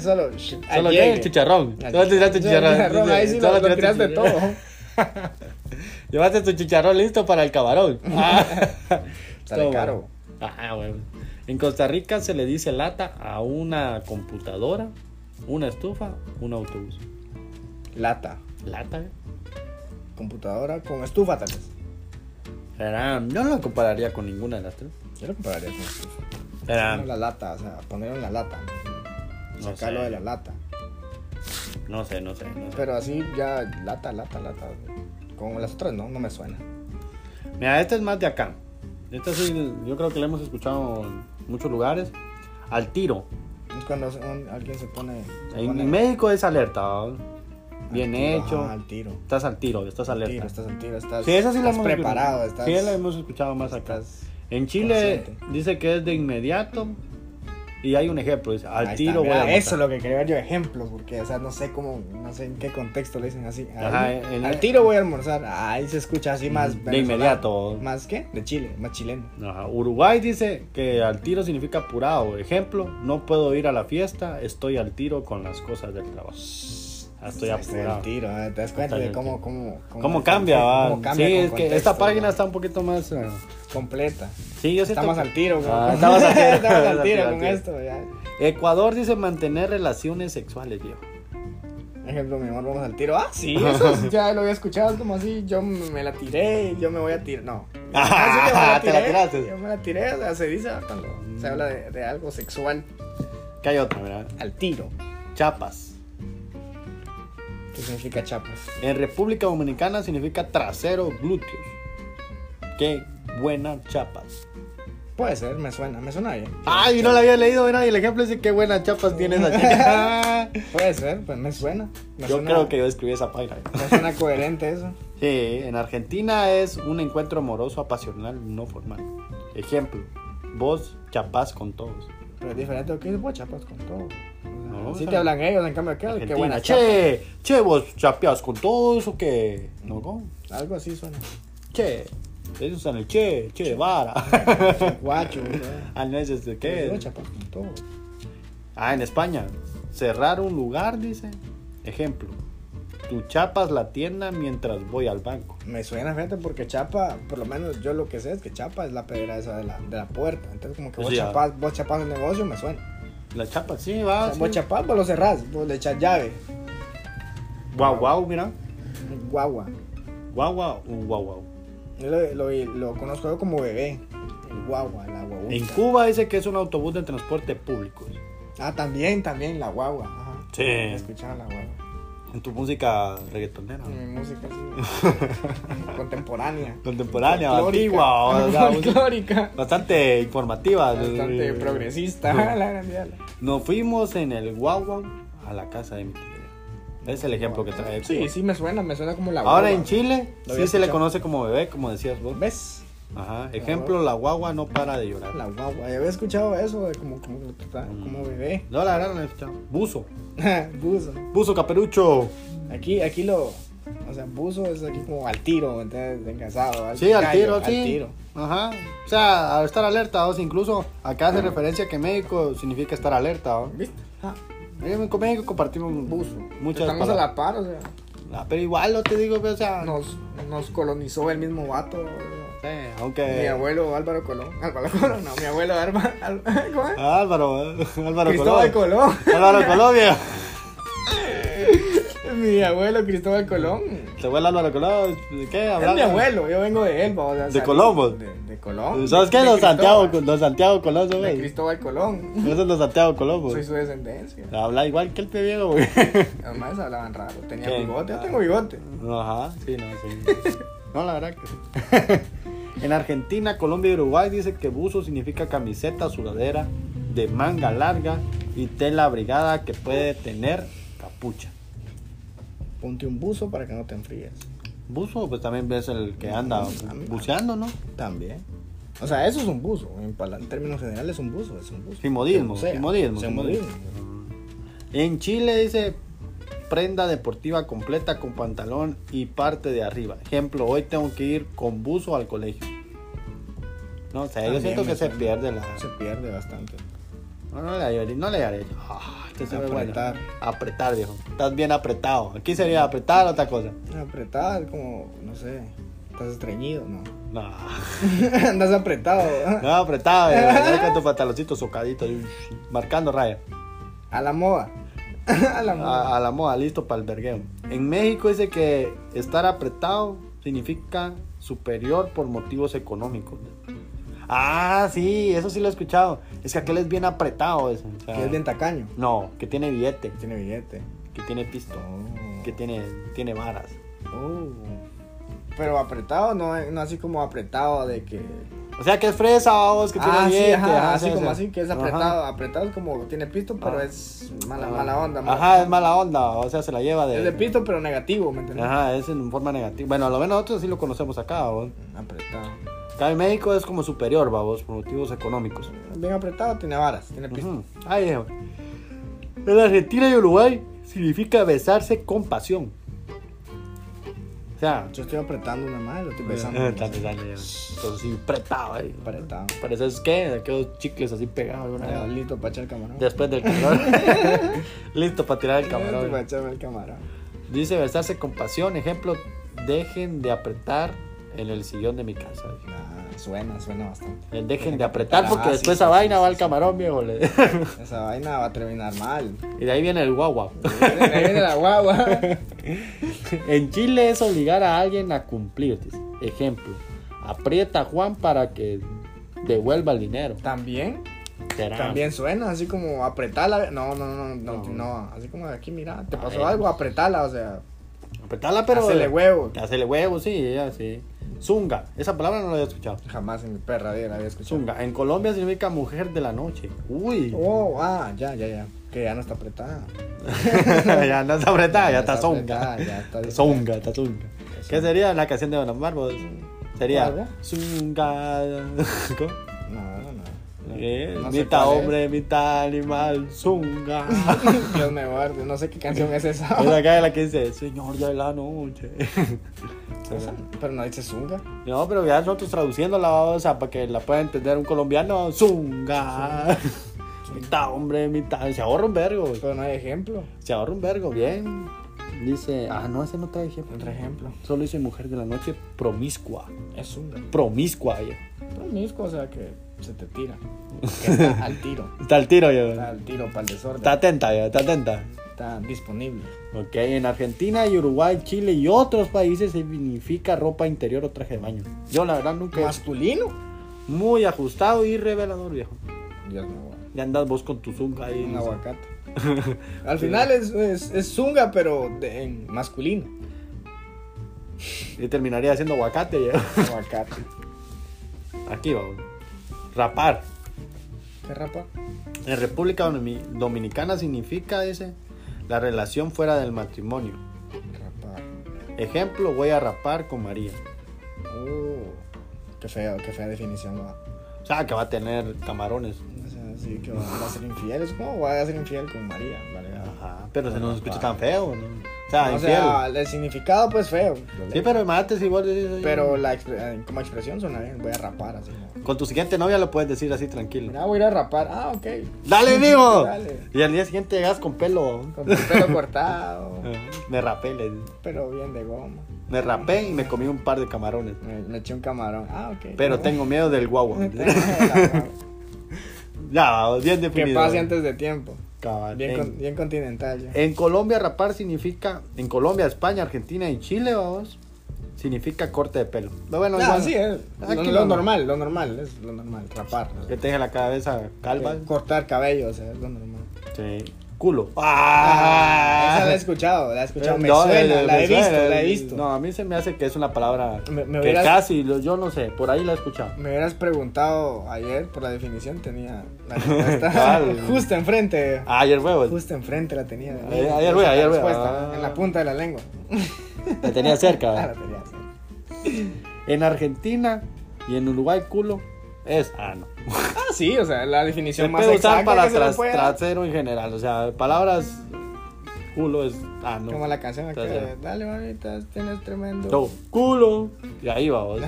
Speaker 1: Solo,
Speaker 2: Solo,
Speaker 1: solo
Speaker 2: ayer.
Speaker 1: que el chicharrón.
Speaker 2: Ayer.
Speaker 1: Solo tiraste el
Speaker 2: Solo el
Speaker 1: chicharrón.
Speaker 2: chicharrón, Ahí sí
Speaker 1: Solo
Speaker 2: lo, lo tiraste
Speaker 1: el
Speaker 2: todo.
Speaker 1: chicharrón. Llevaste tu chicharrón listo para el camarón. Ah.
Speaker 2: Sale
Speaker 1: Todo
Speaker 2: caro.
Speaker 1: bueno. Ah, bueno. En Costa Rica se le dice lata a una computadora, una estufa, un autobús.
Speaker 2: Lata.
Speaker 1: Lata, ¿eh?
Speaker 2: Computadora con estufa, tal vez.
Speaker 1: Será- Yo no lo compararía con ninguna de las tres.
Speaker 2: Yo lo compararía con estufa.
Speaker 1: Será-
Speaker 2: La lata, o sea, ponerlo en la lata.
Speaker 1: No
Speaker 2: Sacarlo
Speaker 1: sé.
Speaker 2: de la lata.
Speaker 1: No sé, no sé, no sé.
Speaker 2: Pero así ya, lata, lata, lata. Con las otras no, no me suena.
Speaker 1: Mira, esta es más de acá. Esta sí, yo creo que la hemos escuchado en muchos lugares. Al tiro.
Speaker 2: Es cuando un- alguien se pone. se
Speaker 1: En
Speaker 2: pone
Speaker 1: México es alerta. ¿va?
Speaker 2: al
Speaker 1: Bien
Speaker 2: tiro,
Speaker 1: hecho.
Speaker 2: ajá, al tiro.
Speaker 1: Estás al tiro, estás
Speaker 2: Al
Speaker 1: alerta.
Speaker 2: tiro, estás al tiro, estás.
Speaker 1: Sí, esa sí la
Speaker 2: estás
Speaker 1: hemos
Speaker 2: preparado,
Speaker 1: escuchado.
Speaker 2: estás.
Speaker 1: Sí, la hemos escuchado más acá.
Speaker 2: estás-
Speaker 1: En Chile
Speaker 2: consciente.
Speaker 1: dice que es de inmediato. Y hay un ejemplo, dice, al
Speaker 2: Ahí está,
Speaker 1: tiro voy
Speaker 2: mira,
Speaker 1: a
Speaker 2: Eso es
Speaker 1: matar.
Speaker 2: lo que quería ver yo, ejemplos, porque, o sea, no sé cómo, no sé en qué contexto le dicen así. Ahí,
Speaker 1: Ajá, en-
Speaker 2: al tiro voy a almorzar. Ahí se escucha así más.
Speaker 1: De
Speaker 2: venezolano.
Speaker 1: inmediato.
Speaker 2: ¿Más qué? De Chile, más chileno.
Speaker 1: Ajá. Uruguay dice que al tiro significa apurado. Ejemplo, no puedo ir a la fiesta, estoy al tiro con las cosas del trabajo. Ah, Estoy
Speaker 2: Ahí está
Speaker 1: apurado.
Speaker 2: el tiro, ¿eh? te das cuenta
Speaker 1: Está
Speaker 2: de
Speaker 1: el
Speaker 2: cómo, cómo,
Speaker 1: ¿Cómo cambia? va?
Speaker 2: cómo cambia
Speaker 1: sí,
Speaker 2: con
Speaker 1: es que
Speaker 2: contexto,
Speaker 1: esta página
Speaker 2: ¿no?
Speaker 1: está un poquito más. eh,
Speaker 2: completa.
Speaker 1: Sí, yo siento
Speaker 2: Estamos
Speaker 1: que-
Speaker 2: al tiro, güey.
Speaker 1: Ah, estamos al tiro.
Speaker 2: Estamos al tiro con esto, ya.
Speaker 1: Ecuador dice mantener relaciones sexuales, viejo.
Speaker 2: Ejemplo, mi amor, vamos al tiro. Ah, sí, eso es- ya lo había escuchado, es como así, yo me la tiré, yo me voy a tirar. No.
Speaker 1: Ah, te la tiraste. Mm.
Speaker 2: Yo me la tiré, o sea, se dice cuando se habla de, de algo sexual
Speaker 1: Que hay otra, ¿verdad?
Speaker 2: al tiro.
Speaker 1: Chapas.
Speaker 2: ¿Qué significa chapas?
Speaker 1: En República Dominicana significa trasero glúteos. Qué buena chapas.
Speaker 2: Puede ser, me suena, me suena bien.
Speaker 1: Ay, no la había leído, ¿verdad? Y el ejemplo dice qué buenas chapas tiene esa chica.
Speaker 2: Puede ser, pues me suena. Me
Speaker 1: yo
Speaker 2: suena-
Speaker 1: creo que yo escribí esa página.
Speaker 2: Me suena coherente eso.
Speaker 1: Sí, en Argentina es un encuentro amoroso, apasional, no formal. Ejemplo, vos chapás con todos.
Speaker 2: Pero es diferente, ¿o ¿qué es chapas con todo?
Speaker 1: No,
Speaker 2: si
Speaker 1: o
Speaker 2: te
Speaker 1: sea,
Speaker 2: hablan ellos, en cambio, acá, qué
Speaker 1: Argentina,
Speaker 2: buena chapa.
Speaker 1: che, che, vos chapeás con todos o qué? No, no.
Speaker 2: Algo así suena.
Speaker 1: Che, ellos usan el che, che, vara.
Speaker 2: Guacho, ¿no?
Speaker 1: Al Pues no, es de
Speaker 2: Pero
Speaker 1: qué.
Speaker 2: es chapas con todo.
Speaker 1: Ah, en España. Cerrar un lugar, dice. Ejemplo. Tú chapas la tienda mientras voy al banco.
Speaker 2: Me suena, fíjate, porque Chapa, por lo menos yo lo que sé es que Chapa es la pedra esa de la, de la puerta. Entonces, como que vos,
Speaker 1: Sí, ya.
Speaker 2: chapas, vos chapas el negocio, me suena.
Speaker 1: La chapa, sí,
Speaker 2: O
Speaker 1: va.
Speaker 2: sea, Vos
Speaker 1: sí.
Speaker 2: chapas, vos lo cerrás, vos le echas llave.
Speaker 1: Guau, guau, mira.
Speaker 2: Guagua.
Speaker 1: Guau, guau, un guau, guau.
Speaker 2: Yo lo, lo- lo conozco yo como bebé. El guagua, la guagua.
Speaker 1: En Cuba dice que es un autobús de transporte público.
Speaker 2: Ah, también, también, la guagua. Ajá.
Speaker 1: Sí.
Speaker 2: Escuchaba la guagua.
Speaker 1: En tu música reggaetonera.
Speaker 2: Y Mi música así, contemporánea.
Speaker 1: Contemporánea,
Speaker 2: folclórica.
Speaker 1: antigua. o sea, pues,
Speaker 2: Folclórica.
Speaker 1: bastante informativa. Eh,
Speaker 2: Bastante progresista. La gran diabla.
Speaker 1: Nos fuimos en el guau, guau a la casa de mi tigre. Es el ejemplo que trae.
Speaker 2: Sí, sí, me suena, me suena como la guagua.
Speaker 1: Ahora en Chile
Speaker 2: Lo había
Speaker 1: sí se le
Speaker 2: escuchado.
Speaker 1: conoce como bebé, como decías vos.
Speaker 2: ¿Ves?
Speaker 1: Ajá. Ejemplo, la guagua no para de llorar.
Speaker 2: La guagua, ya había escuchado eso de como, como, como
Speaker 1: Mm.
Speaker 2: bebé.
Speaker 1: No, la verdad no la he escuchado. Buzo.
Speaker 2: buzo.
Speaker 1: Buzo caperucho.
Speaker 2: Aquí, aquí lo. O sea, buzo es aquí como al tiro, entonces descansado.
Speaker 1: Sí, al tiro, sí.
Speaker 2: Al tiro.
Speaker 1: Ajá. O sea, a estar alerta, o sea, incluso acá hace referencia que México significa estar alerta, o.
Speaker 2: ¿Viste? Ah,
Speaker 1: Eh, Con México compartimos
Speaker 2: buzo.
Speaker 1: Muchas
Speaker 2: Estamos
Speaker 1: palabras.
Speaker 2: a la par, o sea.
Speaker 1: Ah, pero igual no te digo, pues, o sea.
Speaker 2: Nos, nos colonizó el mismo vato.
Speaker 1: Sí, eh, aunque.
Speaker 2: Mi abuelo Álvaro Colón. Álvaro Colón, no, mi abuelo Álvaro. ¿Cómo es?
Speaker 1: Ah, Álvaro, eh, Álvaro
Speaker 2: Cristóbal
Speaker 1: Colón.
Speaker 2: Colón.
Speaker 1: Álvaro Colombia.
Speaker 2: mi abuelo Cristóbal Colón.
Speaker 1: Tu abuelo Álvaro Colón. ¿de ¿Qué?
Speaker 2: Es mi
Speaker 1: Hablando.
Speaker 2: abuelo, yo vengo de él, va, o sea,
Speaker 1: ¿De
Speaker 2: salí-
Speaker 1: Colombo?
Speaker 2: De, de Colón.
Speaker 1: ¿Sabes qué?
Speaker 2: De
Speaker 1: Los
Speaker 2: Cristóbal,
Speaker 1: Santiago, los Santiago Colón, eh. ¿no,
Speaker 2: De
Speaker 1: güey?
Speaker 2: Cristóbal Colón.
Speaker 1: Esos son los Santiago Colón, pues. güey.
Speaker 2: Soy su descendencia.
Speaker 1: Habla igual que el pebiego, güey.
Speaker 2: Además hablaban raro. Tenía
Speaker 1: ¿Qué? Ah.
Speaker 2: bigote, yo tengo bigote.
Speaker 1: Ajá, sí, no, sí. No, la verdad que sí. En Argentina, Colombia y Uruguay dice que buzo significa camiseta, sudadera de manga larga y tela abrigada que puede tener capucha.
Speaker 2: Ponte un buzo para que no te enfríes.
Speaker 1: Buzo, pues también ves el que anda buceando, ¿no?
Speaker 2: También. O sea, eso es un buzo. En, pala- en términos generales, un buzo es un buzo.
Speaker 1: Simodismo,
Speaker 2: O sea,
Speaker 1: simodismo,
Speaker 2: simodismo.
Speaker 1: En Chile dice prenda deportiva completa con pantalón y parte de arriba. Ejemplo, hoy tengo que ir con buzo al colegio. No sé, Eh, yo
Speaker 2: También
Speaker 1: siento
Speaker 2: me
Speaker 1: que se
Speaker 2: suena.
Speaker 1: pierde la.
Speaker 2: Se pierde bastante.
Speaker 1: No, no le hallaré, no le hallaré. Ah, este se ve bueno.
Speaker 2: Apretar.
Speaker 1: Apretar, viejo. Estás bien apretado. Aquí sería apretar otra cosa.
Speaker 2: Apretada, es como, no sé, estás estreñido, ¿no?
Speaker 1: No,
Speaker 2: Andas apretado.
Speaker 1: no apretado, viejo. Ahí Con tu pantaloncito socadito, ahí, marcando raya.
Speaker 2: A la moda. A la moda.
Speaker 1: A, a la moda, listo para el vergueo. En México dice que estar apretado significa superior por motivos económicos. Ah, sí, eso sí lo he escuchado. Es que aquel es bien apretado. Ese, o sea,
Speaker 2: Que es bien tacaño.
Speaker 1: No, que tiene billete,
Speaker 2: Que Tiene billete.
Speaker 1: que tiene pisto,
Speaker 2: Oh.
Speaker 1: que tiene, tiene varas.
Speaker 2: Oh. Pero apretado, no, no así como apretado de que.
Speaker 1: O sea, que es fresa, vos, que tiene
Speaker 2: ah, sí,
Speaker 1: billete.
Speaker 2: ajá,
Speaker 1: ajá,
Speaker 2: así
Speaker 1: sí,
Speaker 2: como
Speaker 1: sí.
Speaker 2: así, que es
Speaker 1: Ajá.
Speaker 2: apretado. Apretado es como tiene pito, pero
Speaker 1: Ah.
Speaker 2: es mala, mala onda. mala-
Speaker 1: Ajá, es mala onda, o sea, se la lleva de...
Speaker 2: Es de pito, pero negativo, ¿me entiendes?
Speaker 1: Ajá, es en forma negativa. Bueno, a lo menos nosotros sí lo conocemos acá, vos.
Speaker 2: Mm, Apretado.
Speaker 1: Acá en México es como superior, babos, por motivos económicos.
Speaker 2: Bien apretado, tiene varas, tiene pito.
Speaker 1: Ujú. Ay, hijo. En Argentina y Uruguay significa besarse con pasión. O sea,
Speaker 2: Yo estoy apretando una madre, lo estoy besando.
Speaker 1: eh, está besando ya. Entonces, sí, apretado ahí.
Speaker 2: Apretado.
Speaker 1: eh. Pareces que aquellos chicles así pegados. alguna vez.
Speaker 2: Ah, Listo para echar el camarón.
Speaker 1: Después del calor. Listo para tirar el
Speaker 2: Listo para
Speaker 1: camarón.
Speaker 2: echarme el camarón.
Speaker 1: Dice besarse con pasión. Ejemplo, dejen de apretar en el sillón de mi casa.
Speaker 2: Nah, Ah, suena, suena bastante.
Speaker 1: Eh, Dejen de apretar
Speaker 2: Ah,
Speaker 1: porque
Speaker 2: sí,
Speaker 1: después
Speaker 2: sí,
Speaker 1: esa
Speaker 2: sí,
Speaker 1: vaina
Speaker 2: sí,
Speaker 1: va
Speaker 2: sí,
Speaker 1: al camarón, viejo. le-
Speaker 2: Esa vaina va a terminar mal.
Speaker 1: Y de ahí viene el guagua.
Speaker 2: Ahí viene la guagua.
Speaker 1: En Chile es obligar a alguien a cumplir. dice. Ejemplo, aprieta a Juan para que devuelva el dinero.
Speaker 2: También,
Speaker 1: Será.
Speaker 2: también suena así como apretarla. No, no, no, no,
Speaker 1: No.
Speaker 2: no, Así como de aquí, mira, te
Speaker 1: A
Speaker 2: pasó
Speaker 1: ver.
Speaker 2: algo, apretala, o sea,
Speaker 1: Apretala, pero.
Speaker 2: pero hacele huevo.
Speaker 1: Hacele huevo, sí, ya, sí. Zunga. Esa palabra no la había escuchado.
Speaker 2: Jamás en mi perra vida la había escuchado.
Speaker 1: Zunga. En Colombia significa mujer de la noche. Uy.
Speaker 2: Oh, ah, ya, ya, ya. Que ya no está apretada.
Speaker 1: ya no está apretada, ya está
Speaker 2: está
Speaker 1: zonga.
Speaker 2: apretada, ya está bien.
Speaker 1: Zonga, está zonga. ¿Qué sería la canción de Don Omar? vos? Sería
Speaker 2: ¿Cuál, eh?
Speaker 1: zunga. ¿Cómo?
Speaker 2: No, no, no.
Speaker 1: Eh,
Speaker 2: No sé
Speaker 1: mitad
Speaker 2: cuál es.
Speaker 1: hombre, mitad animal, zunga.
Speaker 2: Dios me guarde, no sé qué canción es esa.
Speaker 1: Es acá la que dice, señor de la noche.
Speaker 2: Pero no dice zunga.
Speaker 1: No, pero ya nosotros traduciendo la babosa para que la pueda entender un colombiano, zunga. Mitad hombre, mitad. Se ahorra un vergo.
Speaker 2: Pero no hay ejemplo.
Speaker 1: Se ahorra un vergo, bien. Dice, ah, no, ese no te dije.
Speaker 2: Otro ejemplo.
Speaker 1: Solo dice mujer de la noche promiscua.
Speaker 2: Es zunga.
Speaker 1: Promiscua, yo.
Speaker 2: Promiscuo, Pues, o sea, que se te tira. Que está al tiro.
Speaker 1: Está al tiro, yo.
Speaker 2: Está al tiro para el desorden.
Speaker 1: Está atenta, yo, está atenta.
Speaker 2: está disponible.
Speaker 1: Ok, en Argentina y Uruguay, Chile y otros países significa ropa interior o traje de baño. Yo la verdad nunca...
Speaker 2: ¿Masculino?
Speaker 1: Muy ajustado y revelador, viejo.
Speaker 2: Dios me guarde.
Speaker 1: Ya andas vos con tu zunga ahí.
Speaker 2: Un
Speaker 1: no sé.
Speaker 2: aguacate. Al final es, es, es zunga, pero de- en masculino.
Speaker 1: Y terminaría haciendo aguacate, viejo.
Speaker 2: Aguacate.
Speaker 1: Aquí va, güey. Rapar.
Speaker 2: ¿Qué rapa?
Speaker 1: En República Domi- Dominicana significa, dice, la relación fuera del matrimonio.
Speaker 2: Rapa.
Speaker 1: Ejemplo, voy a rapar con María.
Speaker 2: Uh, qué feo, qué fea definición va.
Speaker 1: O sea, que va a tener camarones.
Speaker 2: O sea, sí, que va va a ser infiel. Es como va a ser infiel con María, ¿vale?
Speaker 1: Ajá, pero se nos
Speaker 2: Rapar.
Speaker 1: escucha tan feo, ¿no? O sea,
Speaker 2: o
Speaker 1: infiel.
Speaker 2: sea, el significado, pues feo.
Speaker 1: Sí, pero imagínate si vos decís, "Oye,
Speaker 2: Pero la expre- eh, como expresión suena bien. Voy a rapar así. como,
Speaker 1: Con tu siguiente novia lo puedes decir así tranquilo.
Speaker 2: Mira, voy a ir a rapar. Ah, ok.
Speaker 1: ¡Dale, vivo!
Speaker 2: Dale.
Speaker 1: Y al día siguiente llegas con pelo. Eh,
Speaker 2: Con el pelo cortado,
Speaker 1: Me rapé, le digo.
Speaker 2: pero bien de goma.
Speaker 1: me rapé y me comí un par de camarones.
Speaker 2: Me, me eché un camarón. Ah, ok.
Speaker 1: Pero tengo miedo del guagua. ya, bien
Speaker 2: que
Speaker 1: definido.
Speaker 2: pase antes de tiempo.
Speaker 1: Cabal.
Speaker 2: Bien,
Speaker 1: En,
Speaker 2: con- bien continental ya.
Speaker 1: en Colombia rapar significa, en Colombia, España, Argentina y Chile, vamos, significa corte de pelo. Pero bueno,
Speaker 2: Ah,
Speaker 1: igual,
Speaker 2: sí, es
Speaker 1: Aquí
Speaker 2: lo,
Speaker 1: no.
Speaker 2: lo normal, lo normal, es lo normal, rapar. ¿no?
Speaker 1: que te deje la cabeza calva.
Speaker 2: Eh, Cortar cabello, o sea, es lo normal.
Speaker 1: Sí. Culo.
Speaker 2: Esa la he
Speaker 1: ¡Ah!
Speaker 2: escuchado, la he escuchado, me
Speaker 1: No,
Speaker 2: suena,
Speaker 1: eh,
Speaker 2: la
Speaker 1: me
Speaker 2: he visto,
Speaker 1: suena.
Speaker 2: la he visto.
Speaker 1: No, a mí se me hace que es una palabra
Speaker 2: Me- me
Speaker 1: que
Speaker 2: hubieras-
Speaker 1: casi, lo- yo no sé, por ahí la he escuchado.
Speaker 2: Me hubieras preguntado ayer por la definición, tenía la respuesta
Speaker 1: Vale.
Speaker 2: justo enfrente.
Speaker 1: Ayer, huevo,
Speaker 2: Justo enfrente la tenía. la
Speaker 1: Ayer-
Speaker 2: lengua,
Speaker 1: ayer, güey,
Speaker 2: la
Speaker 1: ayer, güey.
Speaker 2: respuesta,
Speaker 1: Ah.
Speaker 2: En la punta de la lengua.
Speaker 1: la tenía cerca.
Speaker 2: Ah, la
Speaker 1: ¿verdad?
Speaker 2: tenía, sí.
Speaker 1: En Argentina y en Uruguay, culo es ano.
Speaker 2: Ah, sí, o sea, la
Speaker 1: Se
Speaker 2: definición más
Speaker 1: puede usar
Speaker 2: exacta
Speaker 1: para
Speaker 2: que se le
Speaker 1: tras-
Speaker 2: pueda.
Speaker 1: trasero en general. O sea, palabras, culo es Ah, no.
Speaker 2: Como la canción acá,
Speaker 1: Entonces,
Speaker 2: de, dale mamita, tienes tremendo. Ah,
Speaker 1: No, culo. Y ahí va vos.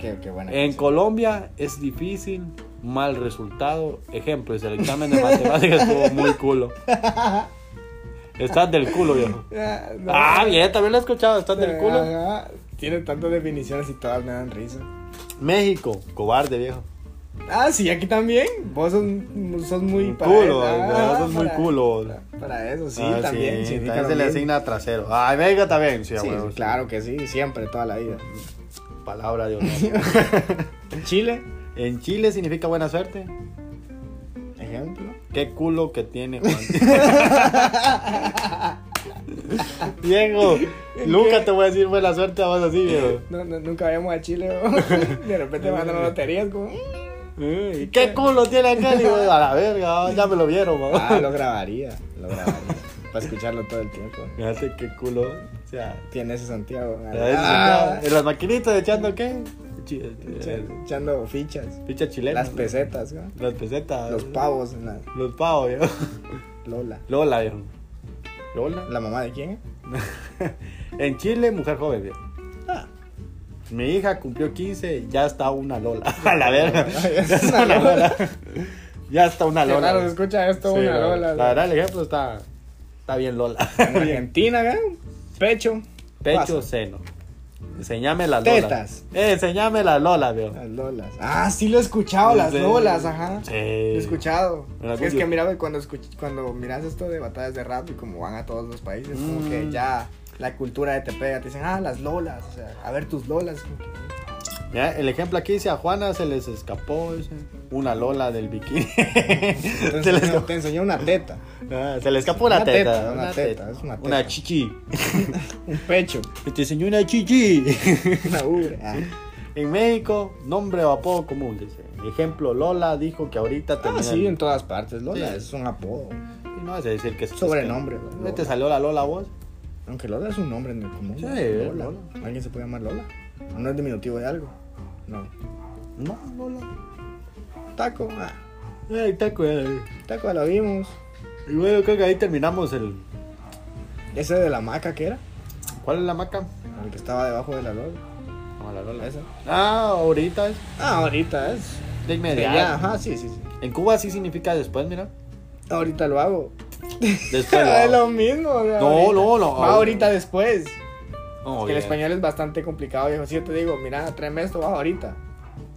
Speaker 2: qué, qué buena
Speaker 1: En
Speaker 2: canción.
Speaker 1: Colombia es difícil, mal resultado. Ejemplo, el examen de matemáticas estuvo muy culo. Estás del culo, viejo.
Speaker 2: Ah, no.
Speaker 1: Ah, bien, también lo he escuchado, estás del culo.
Speaker 2: Ajá. Tiene tantas definiciones y todas me dan risa.
Speaker 1: México, cobarde, viejo.
Speaker 2: Ah, sí, aquí también. Vos sos, sos muy
Speaker 1: Un culo,
Speaker 2: eso.
Speaker 1: vos
Speaker 2: Ah,
Speaker 1: sos muy
Speaker 2: para-
Speaker 1: culo.
Speaker 2: Para, para eso, sí,
Speaker 1: Ah,
Speaker 2: también.
Speaker 1: sí,
Speaker 2: significa
Speaker 1: también
Speaker 2: lo
Speaker 1: se le
Speaker 2: mismo.
Speaker 1: asigna trasero. Ah, venga también, sí, a
Speaker 2: Sí,
Speaker 1: huevo, sí.
Speaker 2: claro que sí, siempre, toda la vida.
Speaker 1: Palabra de honor.
Speaker 2: En Chile,
Speaker 1: en Chile significa buena suerte.
Speaker 2: ejemplo.
Speaker 1: Qué culo que tiene Juan. Diego, nunca te voy a decir buena suerte a vos así, viejo.
Speaker 2: No, no, nunca vayamos a Chile. ¿no? De repente mandan una lotería es como. "Mm".
Speaker 1: Ey, ¿Qué culo tiene aquel? Y vos, A la verga, ya me lo vieron, mamá.
Speaker 2: Ah, lo grabaría. Lo grabaría. para escucharlo todo el tiempo.
Speaker 1: Fíjate qué culo. O sea,
Speaker 2: Tiene ese Santiago.
Speaker 1: a veces
Speaker 2: Ah,
Speaker 1: acá, en las maquinitas echando qué? Chi- eh,
Speaker 2: echa- echando fichas.
Speaker 1: Ficha chilena.
Speaker 2: Las pesetas, ¿no?
Speaker 1: Las pesetas.
Speaker 2: Los pavos en la
Speaker 1: Los pavos, viejo.
Speaker 2: Lola.
Speaker 1: Lola, viejo. Lola.
Speaker 2: ¿La mamá de quién?
Speaker 1: en Chile, mujer joven, viejo.
Speaker 2: Ah.
Speaker 1: Mi hija cumplió 15, ya está una Lola. A la verga.
Speaker 2: Ya
Speaker 1: Ya está una Lola. Ya está una
Speaker 2: Qué
Speaker 1: Ah, Lola.
Speaker 2: raro se escucha esto,
Speaker 1: Sí,
Speaker 2: una
Speaker 1: la-
Speaker 2: Lola.
Speaker 1: La verdad, el ejemplo está, está bien Lola.
Speaker 2: En Argentina, ¿eh? Pecho.
Speaker 1: Pecho,
Speaker 2: Pasa.
Speaker 1: seno. Enseñame la Lola.
Speaker 2: Tetas.
Speaker 1: Eh, enseñame la Lola, viejo.
Speaker 2: Las lolas. Ah, sí lo he escuchado, las
Speaker 1: Sí.
Speaker 2: lolas, ajá.
Speaker 1: Sí.
Speaker 2: Lo he escuchado.
Speaker 1: Mira,
Speaker 2: Sí, es
Speaker 1: yo-
Speaker 2: que mira, güey, cuando, escuch- cuando miras esto de batallas de rap y como van a todos los países, como
Speaker 1: Mm.
Speaker 2: que ya la cultura de te pega, te dicen, ah, las lolas, o sea, a ver tus lolas. como que-
Speaker 1: Mira, el ejemplo aquí dice a Juana se les escapó dice, una Lola del bikini.
Speaker 2: Te
Speaker 1: se,
Speaker 2: enseñó,
Speaker 1: le escapó,
Speaker 2: te enseñó una teta,
Speaker 1: ah, se le escapó una,
Speaker 2: Una
Speaker 1: teta,
Speaker 2: teta, una teta, es una teta.
Speaker 1: Una chichi.
Speaker 2: un pecho,
Speaker 1: Te enseñó una chichi.
Speaker 2: una ubre. Ah,
Speaker 1: En México, nombre o apodo común, dice. Ejemplo, Lola dijo que ahorita
Speaker 2: Ah,
Speaker 1: tenía-
Speaker 2: sí, en todas partes, lola,
Speaker 1: Sí.
Speaker 2: es un apodo.
Speaker 1: Y No vas a decir que es
Speaker 2: Sobrenombre,
Speaker 1: es que-
Speaker 2: Lola.
Speaker 1: ¿Te salió la Lola vos?
Speaker 2: Aunque lola es un nombre en el común.
Speaker 1: Sí,
Speaker 2: ¿no?
Speaker 1: Lola.
Speaker 2: lola. ¿Alguien se puede llamar lola? ¿O no es diminutivo de algo? No.
Speaker 1: No, Lola.
Speaker 2: Taco, ah,
Speaker 1: Ay, taco, ay.
Speaker 2: taco ya lo vimos.
Speaker 1: Y bueno, creo que ahí terminamos el.
Speaker 2: ¿Ese de la maca que era?
Speaker 1: ¿Cuál es la maca?
Speaker 2: El que estaba debajo de la lola.
Speaker 1: No, la Lola.
Speaker 2: Esa.
Speaker 1: Ah, ahorita es.
Speaker 2: Ah, ahorita es.
Speaker 1: De inmediato.
Speaker 2: Ya, ajá, sí, sí, sí.
Speaker 1: En Cuba sí significa después, mira.
Speaker 2: Ahorita lo hago.
Speaker 1: Después. lo
Speaker 2: es
Speaker 1: hago.
Speaker 2: lo mismo. o sea,
Speaker 1: No,
Speaker 2: ahorita.
Speaker 1: no, no,
Speaker 2: Va
Speaker 1: ahorita. Oh,
Speaker 2: ahorita después. Es
Speaker 1: No,
Speaker 2: que
Speaker 1: bien.
Speaker 2: el español es bastante complicado, viejo. Si yo te digo, mira, tráeme esto, va ahorita.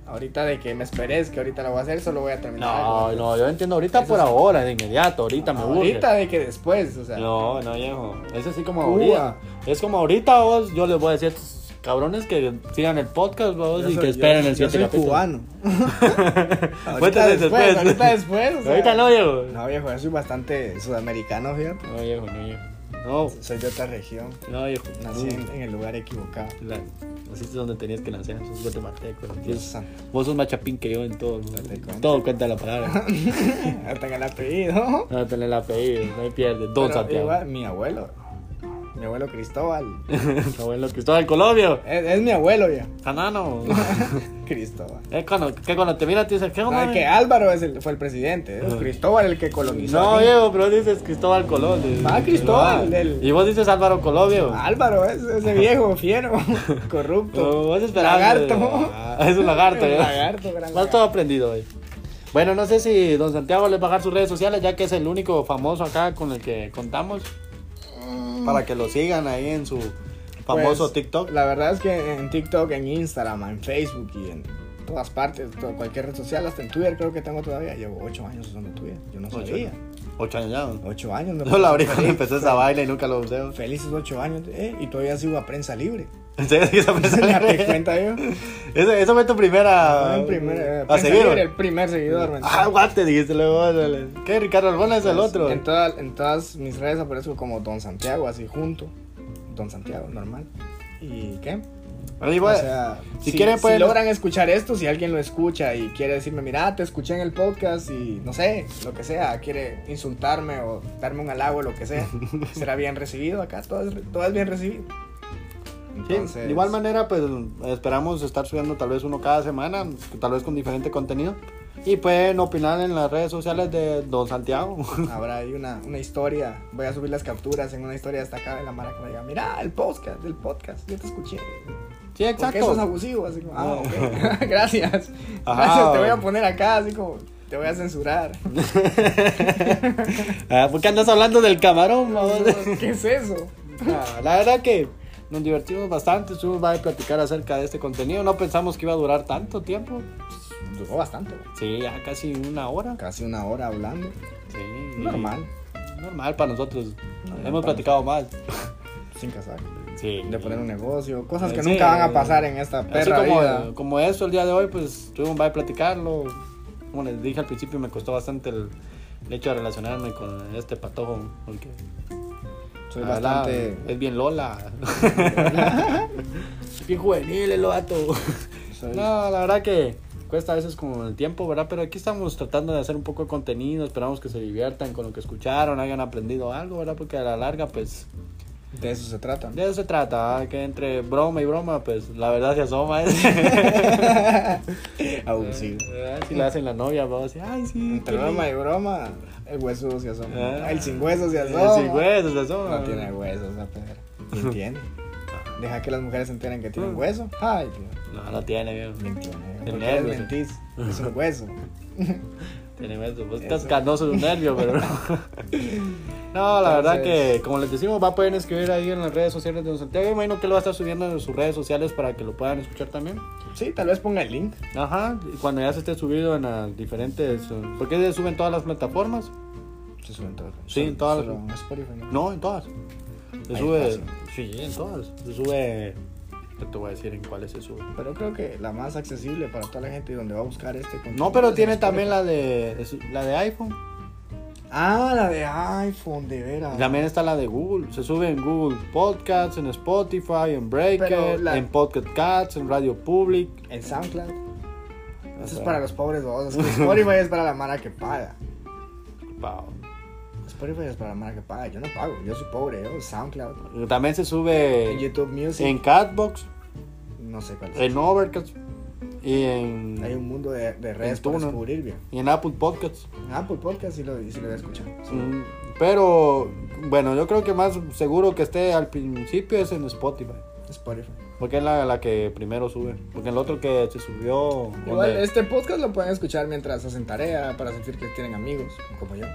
Speaker 2: Ahorita de que me esperes, que ahorita lo voy a hacer, solo voy a terminar.
Speaker 1: No,
Speaker 2: algo.
Speaker 1: no, yo entiendo ahorita
Speaker 2: Eso
Speaker 1: por
Speaker 2: sí.
Speaker 1: ahora, de inmediato, ahorita me urge.
Speaker 2: Ahorita de que después, o sea.
Speaker 1: No, no, viejo. Es así como
Speaker 2: Cuba.
Speaker 1: ahorita. Es como ahorita vos, yo les voy a decir a estos cabrones que sigan el podcast vos
Speaker 2: Yo
Speaker 1: y
Speaker 2: soy-
Speaker 1: que esperen
Speaker 2: yo-
Speaker 1: el
Speaker 2: yo
Speaker 1: siguiente
Speaker 2: soy
Speaker 1: capítulo.
Speaker 2: cubano.
Speaker 1: Cuéntales
Speaker 2: ahorita después,
Speaker 1: después.
Speaker 2: ahorita después. o sea.
Speaker 1: Ahorita no, viejo. No,
Speaker 2: No, viejo, yo soy bastante sudamericano, fíjate.
Speaker 1: viejo, no, viejo. No,
Speaker 2: Soy de otra región.
Speaker 1: no, viejo.
Speaker 2: Nací en, en el lugar equivocado.
Speaker 1: La- así es donde tenías que lanzar, sos guatemalteco. ¿no?
Speaker 2: Dios santo.
Speaker 1: Vos sos más chapín que yo en todo, ¿no?
Speaker 2: Date cuenta.
Speaker 1: todo cuenta la palabra.
Speaker 2: Hasta que el apellido.
Speaker 1: No tener el apellido, no hay pierde. Don
Speaker 2: Pero
Speaker 1: Santiago.
Speaker 2: igual, mi abuelo. Mi abuelo Cristóbal.
Speaker 1: Abuelo Cristóbal Colombio.
Speaker 2: Es, es mi abuelo ya.
Speaker 1: Canano.
Speaker 2: Cristóbal.
Speaker 1: Es Eh, cuando, que cuando te mira te dices, ¿qué
Speaker 2: No,
Speaker 1: onda?
Speaker 2: es que
Speaker 1: men?
Speaker 2: Álvaro es el- fue el presidente. es Cristóbal el que colonizó.
Speaker 1: No,
Speaker 2: aquí.
Speaker 1: viejo, pero dices Cristóbal Colón. dices,
Speaker 2: Ah, Cristóbal, Ah,
Speaker 1: ¿verdad?
Speaker 2: el-
Speaker 1: Y vos dices Álvaro Colón, viejo.
Speaker 2: Álvaro es ese viejo fiero,
Speaker 1: No,
Speaker 2: corrupto.
Speaker 1: vos esperabas.
Speaker 2: Lagarto.
Speaker 1: Ah, Es un lagarto,
Speaker 2: Un
Speaker 1: viejo.
Speaker 2: lagarto, gran
Speaker 1: Vas
Speaker 2: lagarto.
Speaker 1: todo aprendido hoy. Bueno, no sé si don Santiago les va a dejar sus redes sociales, ya que es el único famoso acá con el que contamos. Para que lo sigan ahí en su famoso
Speaker 2: Mm. Pues,
Speaker 1: TikTok.
Speaker 2: La verdad es que en TikTok, en Instagram, en Facebook y en todas partes, to- cualquier red social, hasta en Twitter creo que tengo todavía. Llevo ocho años usando Twitter. Yo no
Speaker 1: Ocho
Speaker 2: sabía.
Speaker 1: años. Ocho años ya. ¿no?
Speaker 2: Ocho años. me
Speaker 1: No, la abrí
Speaker 2: puse
Speaker 1: cuando
Speaker 2: feliz.
Speaker 1: empezó esa baila y nunca lo usé.
Speaker 2: Felices ocho años eh, y todavía sigo a prensa libre.
Speaker 1: ¿En serio? ¿Esa fue tu
Speaker 2: ¿Te das
Speaker 1: primera-
Speaker 2: cuenta yo?
Speaker 1: Esa esa fue tu
Speaker 2: Fue
Speaker 1: primera.
Speaker 2: el primer, eh,
Speaker 1: a
Speaker 2: prensa
Speaker 1: seguir.
Speaker 2: libre,
Speaker 1: güey.
Speaker 2: el primer seguidor. ¿me
Speaker 1: Ah,
Speaker 2: entiendes?
Speaker 1: guate, dijiste luego. dale. ¿Qué? Ricardo Arbona es el otro.
Speaker 2: En, toda- en todas mis redes aparezco como Don Santiago, así junto. Don Santiago, normal. ¿Y qué?
Speaker 1: Ahí, güey.
Speaker 2: O sea,
Speaker 1: pues, si
Speaker 2: si,
Speaker 1: quieren,
Speaker 2: si
Speaker 1: pueden-
Speaker 2: logran escuchar esto, si alguien lo escucha y quiere decirme, mira, te escuché en el podcast y no sé, lo que sea, quiere insultarme o darme un halago, lo que sea, será bien recibido acá, todo es, todo es bien recibido.
Speaker 1: Sí,
Speaker 2: Entonces,
Speaker 1: de igual manera, pues esperamos estar subiendo tal vez uno cada semana, tal vez con diferente contenido. Y pueden opinar en las redes sociales de Don Santiago.
Speaker 2: Habrá ahí una, una historia. Voy a subir las capturas en una historia destacada de la mara que me diga, mira, el podcast, del podcast, yo te escuché.
Speaker 1: Sí,
Speaker 2: Porque eso es
Speaker 1: exacto.
Speaker 2: abusivo, así como, ah, ok. Gracias.
Speaker 1: Ajá.
Speaker 2: Gracias, te voy a poner acá, así como, te voy a censurar.
Speaker 1: Ah, ¿Por qué andas hablando del camarón? babos?
Speaker 2: ¿Qué es eso?
Speaker 1: Ah, La verdad que nos divertimos bastante, estuvimos va a platicar acerca de este contenido, no pensamos que iba a durar tanto tiempo.
Speaker 2: Duró bastante, güey.
Speaker 1: Sí, ya casi una hora.
Speaker 2: casi una hora hablando.
Speaker 1: Sí,
Speaker 2: Normal,
Speaker 1: Normal para nosotros.
Speaker 2: Normal
Speaker 1: Hemos
Speaker 2: Ah, para
Speaker 1: platicado más.
Speaker 2: sin casar.
Speaker 1: Sí.
Speaker 2: De poner un negocio, cosas que
Speaker 1: Sí.
Speaker 2: nunca van a pasar en esta
Speaker 1: Así
Speaker 2: perra vida.
Speaker 1: como, como eso, el día de hoy, pues tuvimos va a platicarlo. Como les dije al principio, me costó bastante el, el hecho de relacionarme con este patojo. Porque
Speaker 2: Soy
Speaker 1: la verdad,
Speaker 2: bastante.
Speaker 1: es bien Lola. bien juvenil el vato.
Speaker 2: soy-
Speaker 1: No, la verdad que cuesta a veces como el tiempo, ¿verdad? Pero aquí estamos tratando de hacer un poco de contenido, esperamos que se diviertan con lo que escucharon, hayan aprendido algo, ¿verdad? Porque a la larga, pues,
Speaker 2: De eso se trata.
Speaker 1: de eso se trata, ¿verdad? que entre broma y broma, pues, la verdad se asoma. ¿eh?
Speaker 2: Abusivo.
Speaker 1: Eh, Si la hacen la novia, vamos a decir, ay, sí,
Speaker 2: Entre
Speaker 1: qué
Speaker 2: broma
Speaker 1: lindo".
Speaker 2: y broma, el hueso se asoma.
Speaker 1: Ah.
Speaker 2: el sin hueso se
Speaker 1: Eh,
Speaker 2: asoma.
Speaker 1: sin huesos se asoma.
Speaker 2: No tiene hueso esa perra. Entiende. Deja que las mujeres se enteren que tienen hueso. Ay, Dios.
Speaker 1: No, no Mm. tiene, viejo.
Speaker 2: Mintió, ¿eh?
Speaker 1: El
Speaker 2: ¿Por qué les
Speaker 1: nervio, sí.
Speaker 2: mentís? Es un hueso.
Speaker 1: Tiene huesos. Vos estás
Speaker 2: Eso.
Speaker 1: canoso de un nervio, pero no. No, la verdad
Speaker 2: Entonces-
Speaker 1: que, como les decimos, va a poder escribir ahí en las redes sociales de Don Santiago. Imagino que lo va a estar subiendo en sus redes sociales para que lo puedan escuchar también.
Speaker 2: Sí, tal vez ponga el link.
Speaker 1: Ajá, y cuando ya se esté subido en las diferentes. eh, Porque se suben todas las plataformas.
Speaker 2: Se suben todas.
Speaker 1: Sí, en todas las-
Speaker 2: Solo en Spotify. ¿no?
Speaker 1: No, en todas. Se
Speaker 2: Ahí
Speaker 1: sube.
Speaker 2: fácil.
Speaker 1: Sí, en todas. Se sube. No te voy a decir en cuáles se sube.
Speaker 2: Pero creo que la más accesible para toda la gente y donde va a buscar este contenido
Speaker 1: No, pero
Speaker 2: es
Speaker 1: tiene
Speaker 2: en
Speaker 1: también
Speaker 2: Spotify.
Speaker 1: la de es- la de iPhone.
Speaker 2: Ah, la de iPhone, de veras.
Speaker 1: También está la de Google. Se sube en Google Podcasts, en Spotify, en
Speaker 2: Pero
Speaker 1: Breaker,
Speaker 2: la-
Speaker 1: en Podcast Cats, en Radio Public.
Speaker 2: En SoundCloud. Eso es
Speaker 1: sea.
Speaker 2: para los pobres babos. Spotify es para la mara que paga.
Speaker 1: Pau.
Speaker 2: Spotify es para la mara que paga. Yo no pago. Yo soy pobre. Yo SoundCloud.
Speaker 1: También se
Speaker 2: En
Speaker 1: sube
Speaker 2: YouTube Music.
Speaker 1: en Catbox,
Speaker 2: No sé cuál es.
Speaker 1: Eh, en Overcast y
Speaker 2: Hay
Speaker 1: en,
Speaker 2: un mundo de, de redes
Speaker 1: En
Speaker 2: por
Speaker 1: Tuno.
Speaker 2: descubrir, bien.
Speaker 1: y en Apple Podcasts.
Speaker 2: En Apple Podcast sí lo, sí lo voy a escuchar. Sí.
Speaker 1: Mm, Pero bueno, yo creo que más seguro que esté al principio es en Spotify.
Speaker 2: Spotify.
Speaker 1: Porque es la, la que primero sube. Porque el otro que se subió.
Speaker 2: Igual,
Speaker 1: donde-
Speaker 2: este podcast lo pueden escuchar mientras hacen tarea, para sentir que tienen amigos, como yo.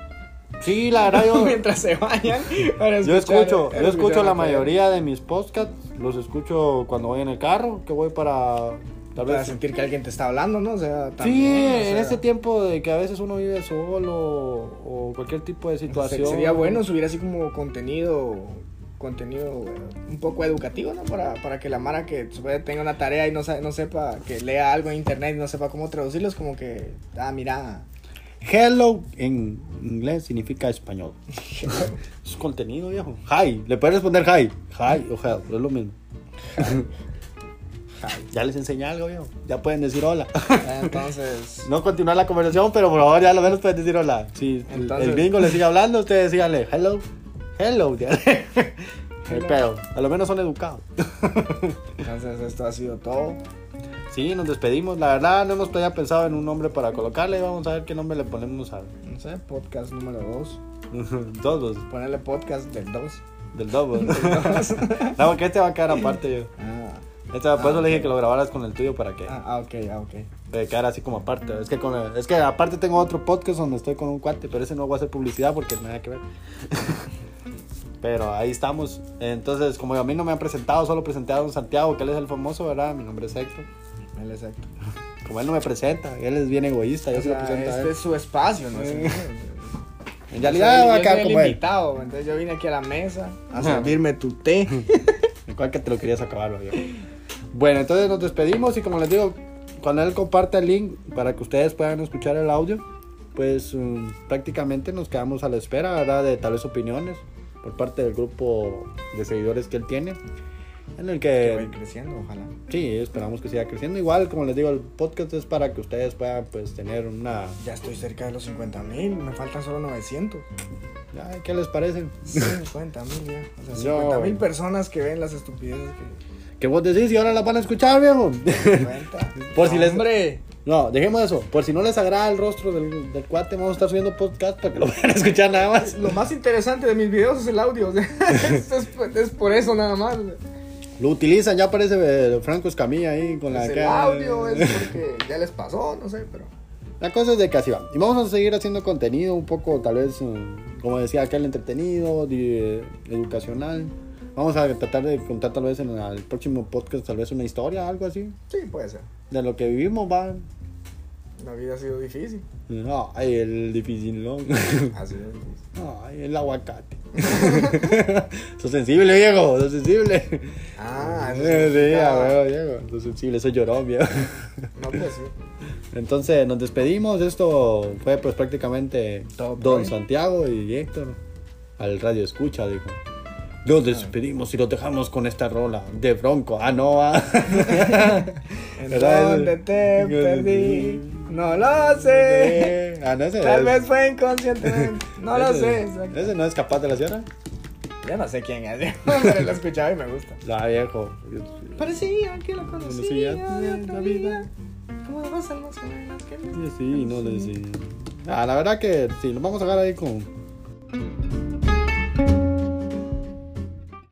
Speaker 1: Sí, la verdad yo.
Speaker 2: mientras se bañan. para
Speaker 1: Yo
Speaker 2: escuchar-
Speaker 1: escucho,
Speaker 2: para
Speaker 1: yo escucho
Speaker 2: escuchar
Speaker 1: la
Speaker 2: un podcast.
Speaker 1: mayoría de mis podcasts, los escucho cuando voy en el carro, que voy para tal
Speaker 2: Para
Speaker 1: vez.
Speaker 2: sentir que alguien te está hablando, ¿no? O sea,
Speaker 1: sí,
Speaker 2: Ah, también, o
Speaker 1: en
Speaker 2: sea,
Speaker 1: este tiempo de que a veces uno vive solo o cualquier tipo de
Speaker 2: se-
Speaker 1: situación.
Speaker 2: Sería bueno subir así como contenido contenido eh, un poco educativo, ¿no? Para, para que la Mara que supe- tenga una tarea y no, sa- no sepa, que lea algo en internet y no sepa cómo traducirlo, es como que, ah, mira,
Speaker 1: Hello en inglés significa español. es contenido viejo. Hi, le puedes responder hi, hi o help, es lo mismo. ya les enseñé algo viejo, ya pueden decir hola.
Speaker 2: Entonces,
Speaker 1: No continuar la conversación, pero por favor ya lo menos pueden decir hola. Si
Speaker 2: Entonces-
Speaker 1: el gringo le sigue hablando, ustedes díganle hello, hello. díganle.
Speaker 2: Hello.
Speaker 1: Pero a lo menos son educados.
Speaker 2: entonces esto ha sido todo.
Speaker 1: Sí, nos despedimos. La verdad no hemos todavía pensado en un nombre para colocarle. Vamos a ver qué nombre le ponemos a
Speaker 2: No sé, podcast número 2.
Speaker 1: todos
Speaker 2: Ponerle podcast del 2.
Speaker 1: del double. no, porque este va a quedar aparte. yo.
Speaker 2: Ah,
Speaker 1: Este, por eso le dije
Speaker 2: ok.
Speaker 1: que lo grabaras con el tuyo para que
Speaker 2: ah, ah, ok, ah, ok.
Speaker 1: eh, quedara así como aparte. Es que con el- es que aparte tengo otro podcast donde estoy con un cuate, pero ese no voy a hacer publicidad porque nada que ver. Pero ahí estamos. Entonces, como a mí no me han presentado, solo presenté a Don Santiago, que él es el famoso, ¿verdad? Mi nombre es Héctor.
Speaker 2: El exacto.
Speaker 1: Como él no me presenta, él es bien egoísta, yo
Speaker 2: O
Speaker 1: se lo
Speaker 2: sea,
Speaker 1: presento a
Speaker 2: este
Speaker 1: él.
Speaker 2: es su espacio, ¿no?
Speaker 1: Sí. En
Speaker 2: Ya
Speaker 1: realidad va a quedar como él.
Speaker 2: invitado, entonces yo vine aquí a la mesa a servirme tu té.
Speaker 1: Igual que te lo querías acabar, lo digo. Bueno, entonces nos despedimos y como les digo, cuando él comparte el link para que ustedes puedan escuchar el audio, pues um, prácticamente nos quedamos a la espera, ¿verdad? De tales opiniones por parte del grupo de seguidores que él tiene, en el
Speaker 2: Que
Speaker 1: que
Speaker 2: vaya creciendo, ojalá.
Speaker 1: sí, esperamos que siga creciendo. Igual, como les digo, el podcast es para que ustedes puedan pues tener una...
Speaker 2: Ya estoy cerca de los 50 mil, me faltan solo 900.
Speaker 1: Ay, ¿Qué les parece?
Speaker 2: 50 mil ya. O sea,
Speaker 1: Yo-
Speaker 2: 50 mil personas que ven las estupideces que
Speaker 1: ¿Qué vos decís? Y ahora las van a escuchar, viejo.
Speaker 2: cuenta.
Speaker 1: Por si les-
Speaker 2: ¡Hombre!
Speaker 1: No, dejemos eso. Por si no les agrada el rostro del, del cuate, vamos a estar subiendo podcast para que lo puedan escuchar nada más.
Speaker 2: Lo más interesante de mis videos es el audio. o sea, es, es por- es por eso nada más.
Speaker 1: Lo utilizan, ya aparece eh, Franco Escamilla ahí con la
Speaker 2: Es el
Speaker 1: cara.
Speaker 2: audio es porque ya les pasó, no sé, pero.
Speaker 1: La cosa es de que así va. Y vamos a seguir haciendo contenido un poco, tal vez, mm, como decía aquel, entretenido, di- eh, educacional. Vamos a tratar de contar tal vez en el próximo podcast, tal vez una historia, algo así,
Speaker 2: Sí, puede ser.
Speaker 1: de lo que vivimos, va.
Speaker 2: La vida ha sido difícil.
Speaker 1: No, ay, el difícil, ¿no?
Speaker 2: Ha sido difícil.
Speaker 1: Ay, el aguacate. sos sensible, viejo, sos sensible.
Speaker 2: Ah,
Speaker 1: Sí,
Speaker 2: eso significa-
Speaker 1: a huevo, viejo. Sos sensible, soy llorón, viejo.
Speaker 2: No, pues sí.
Speaker 1: Entonces nos despedimos. Esto fue pues prácticamente
Speaker 2: Todo por
Speaker 1: Don
Speaker 2: hoy.
Speaker 1: Santiago y Héctor al radio escucha, dijo. Nos despedimos y los dejamos con esta rola de Bronco. Ah, no, ah.
Speaker 2: ¿En
Speaker 1: ¿Verdad?
Speaker 2: dónde te perdí? No lo sé.
Speaker 1: Ah, no, ese
Speaker 2: Tal
Speaker 1: es-
Speaker 2: vez fue inconscientemente. No lo
Speaker 1: ese-
Speaker 2: sé. exacto.
Speaker 1: ¿Ese no es capaz de la sierra?
Speaker 2: Yo no sé quién es. Pero lo escuchaba y me gusta.
Speaker 1: La viejo.
Speaker 2: Parecía que lo
Speaker 1: conocía de otra vida.
Speaker 2: Como de rosas más o menos que
Speaker 1: Sí, sí, no le sí. Ah, la verdad que sí, lo vamos a agarrar ahí con.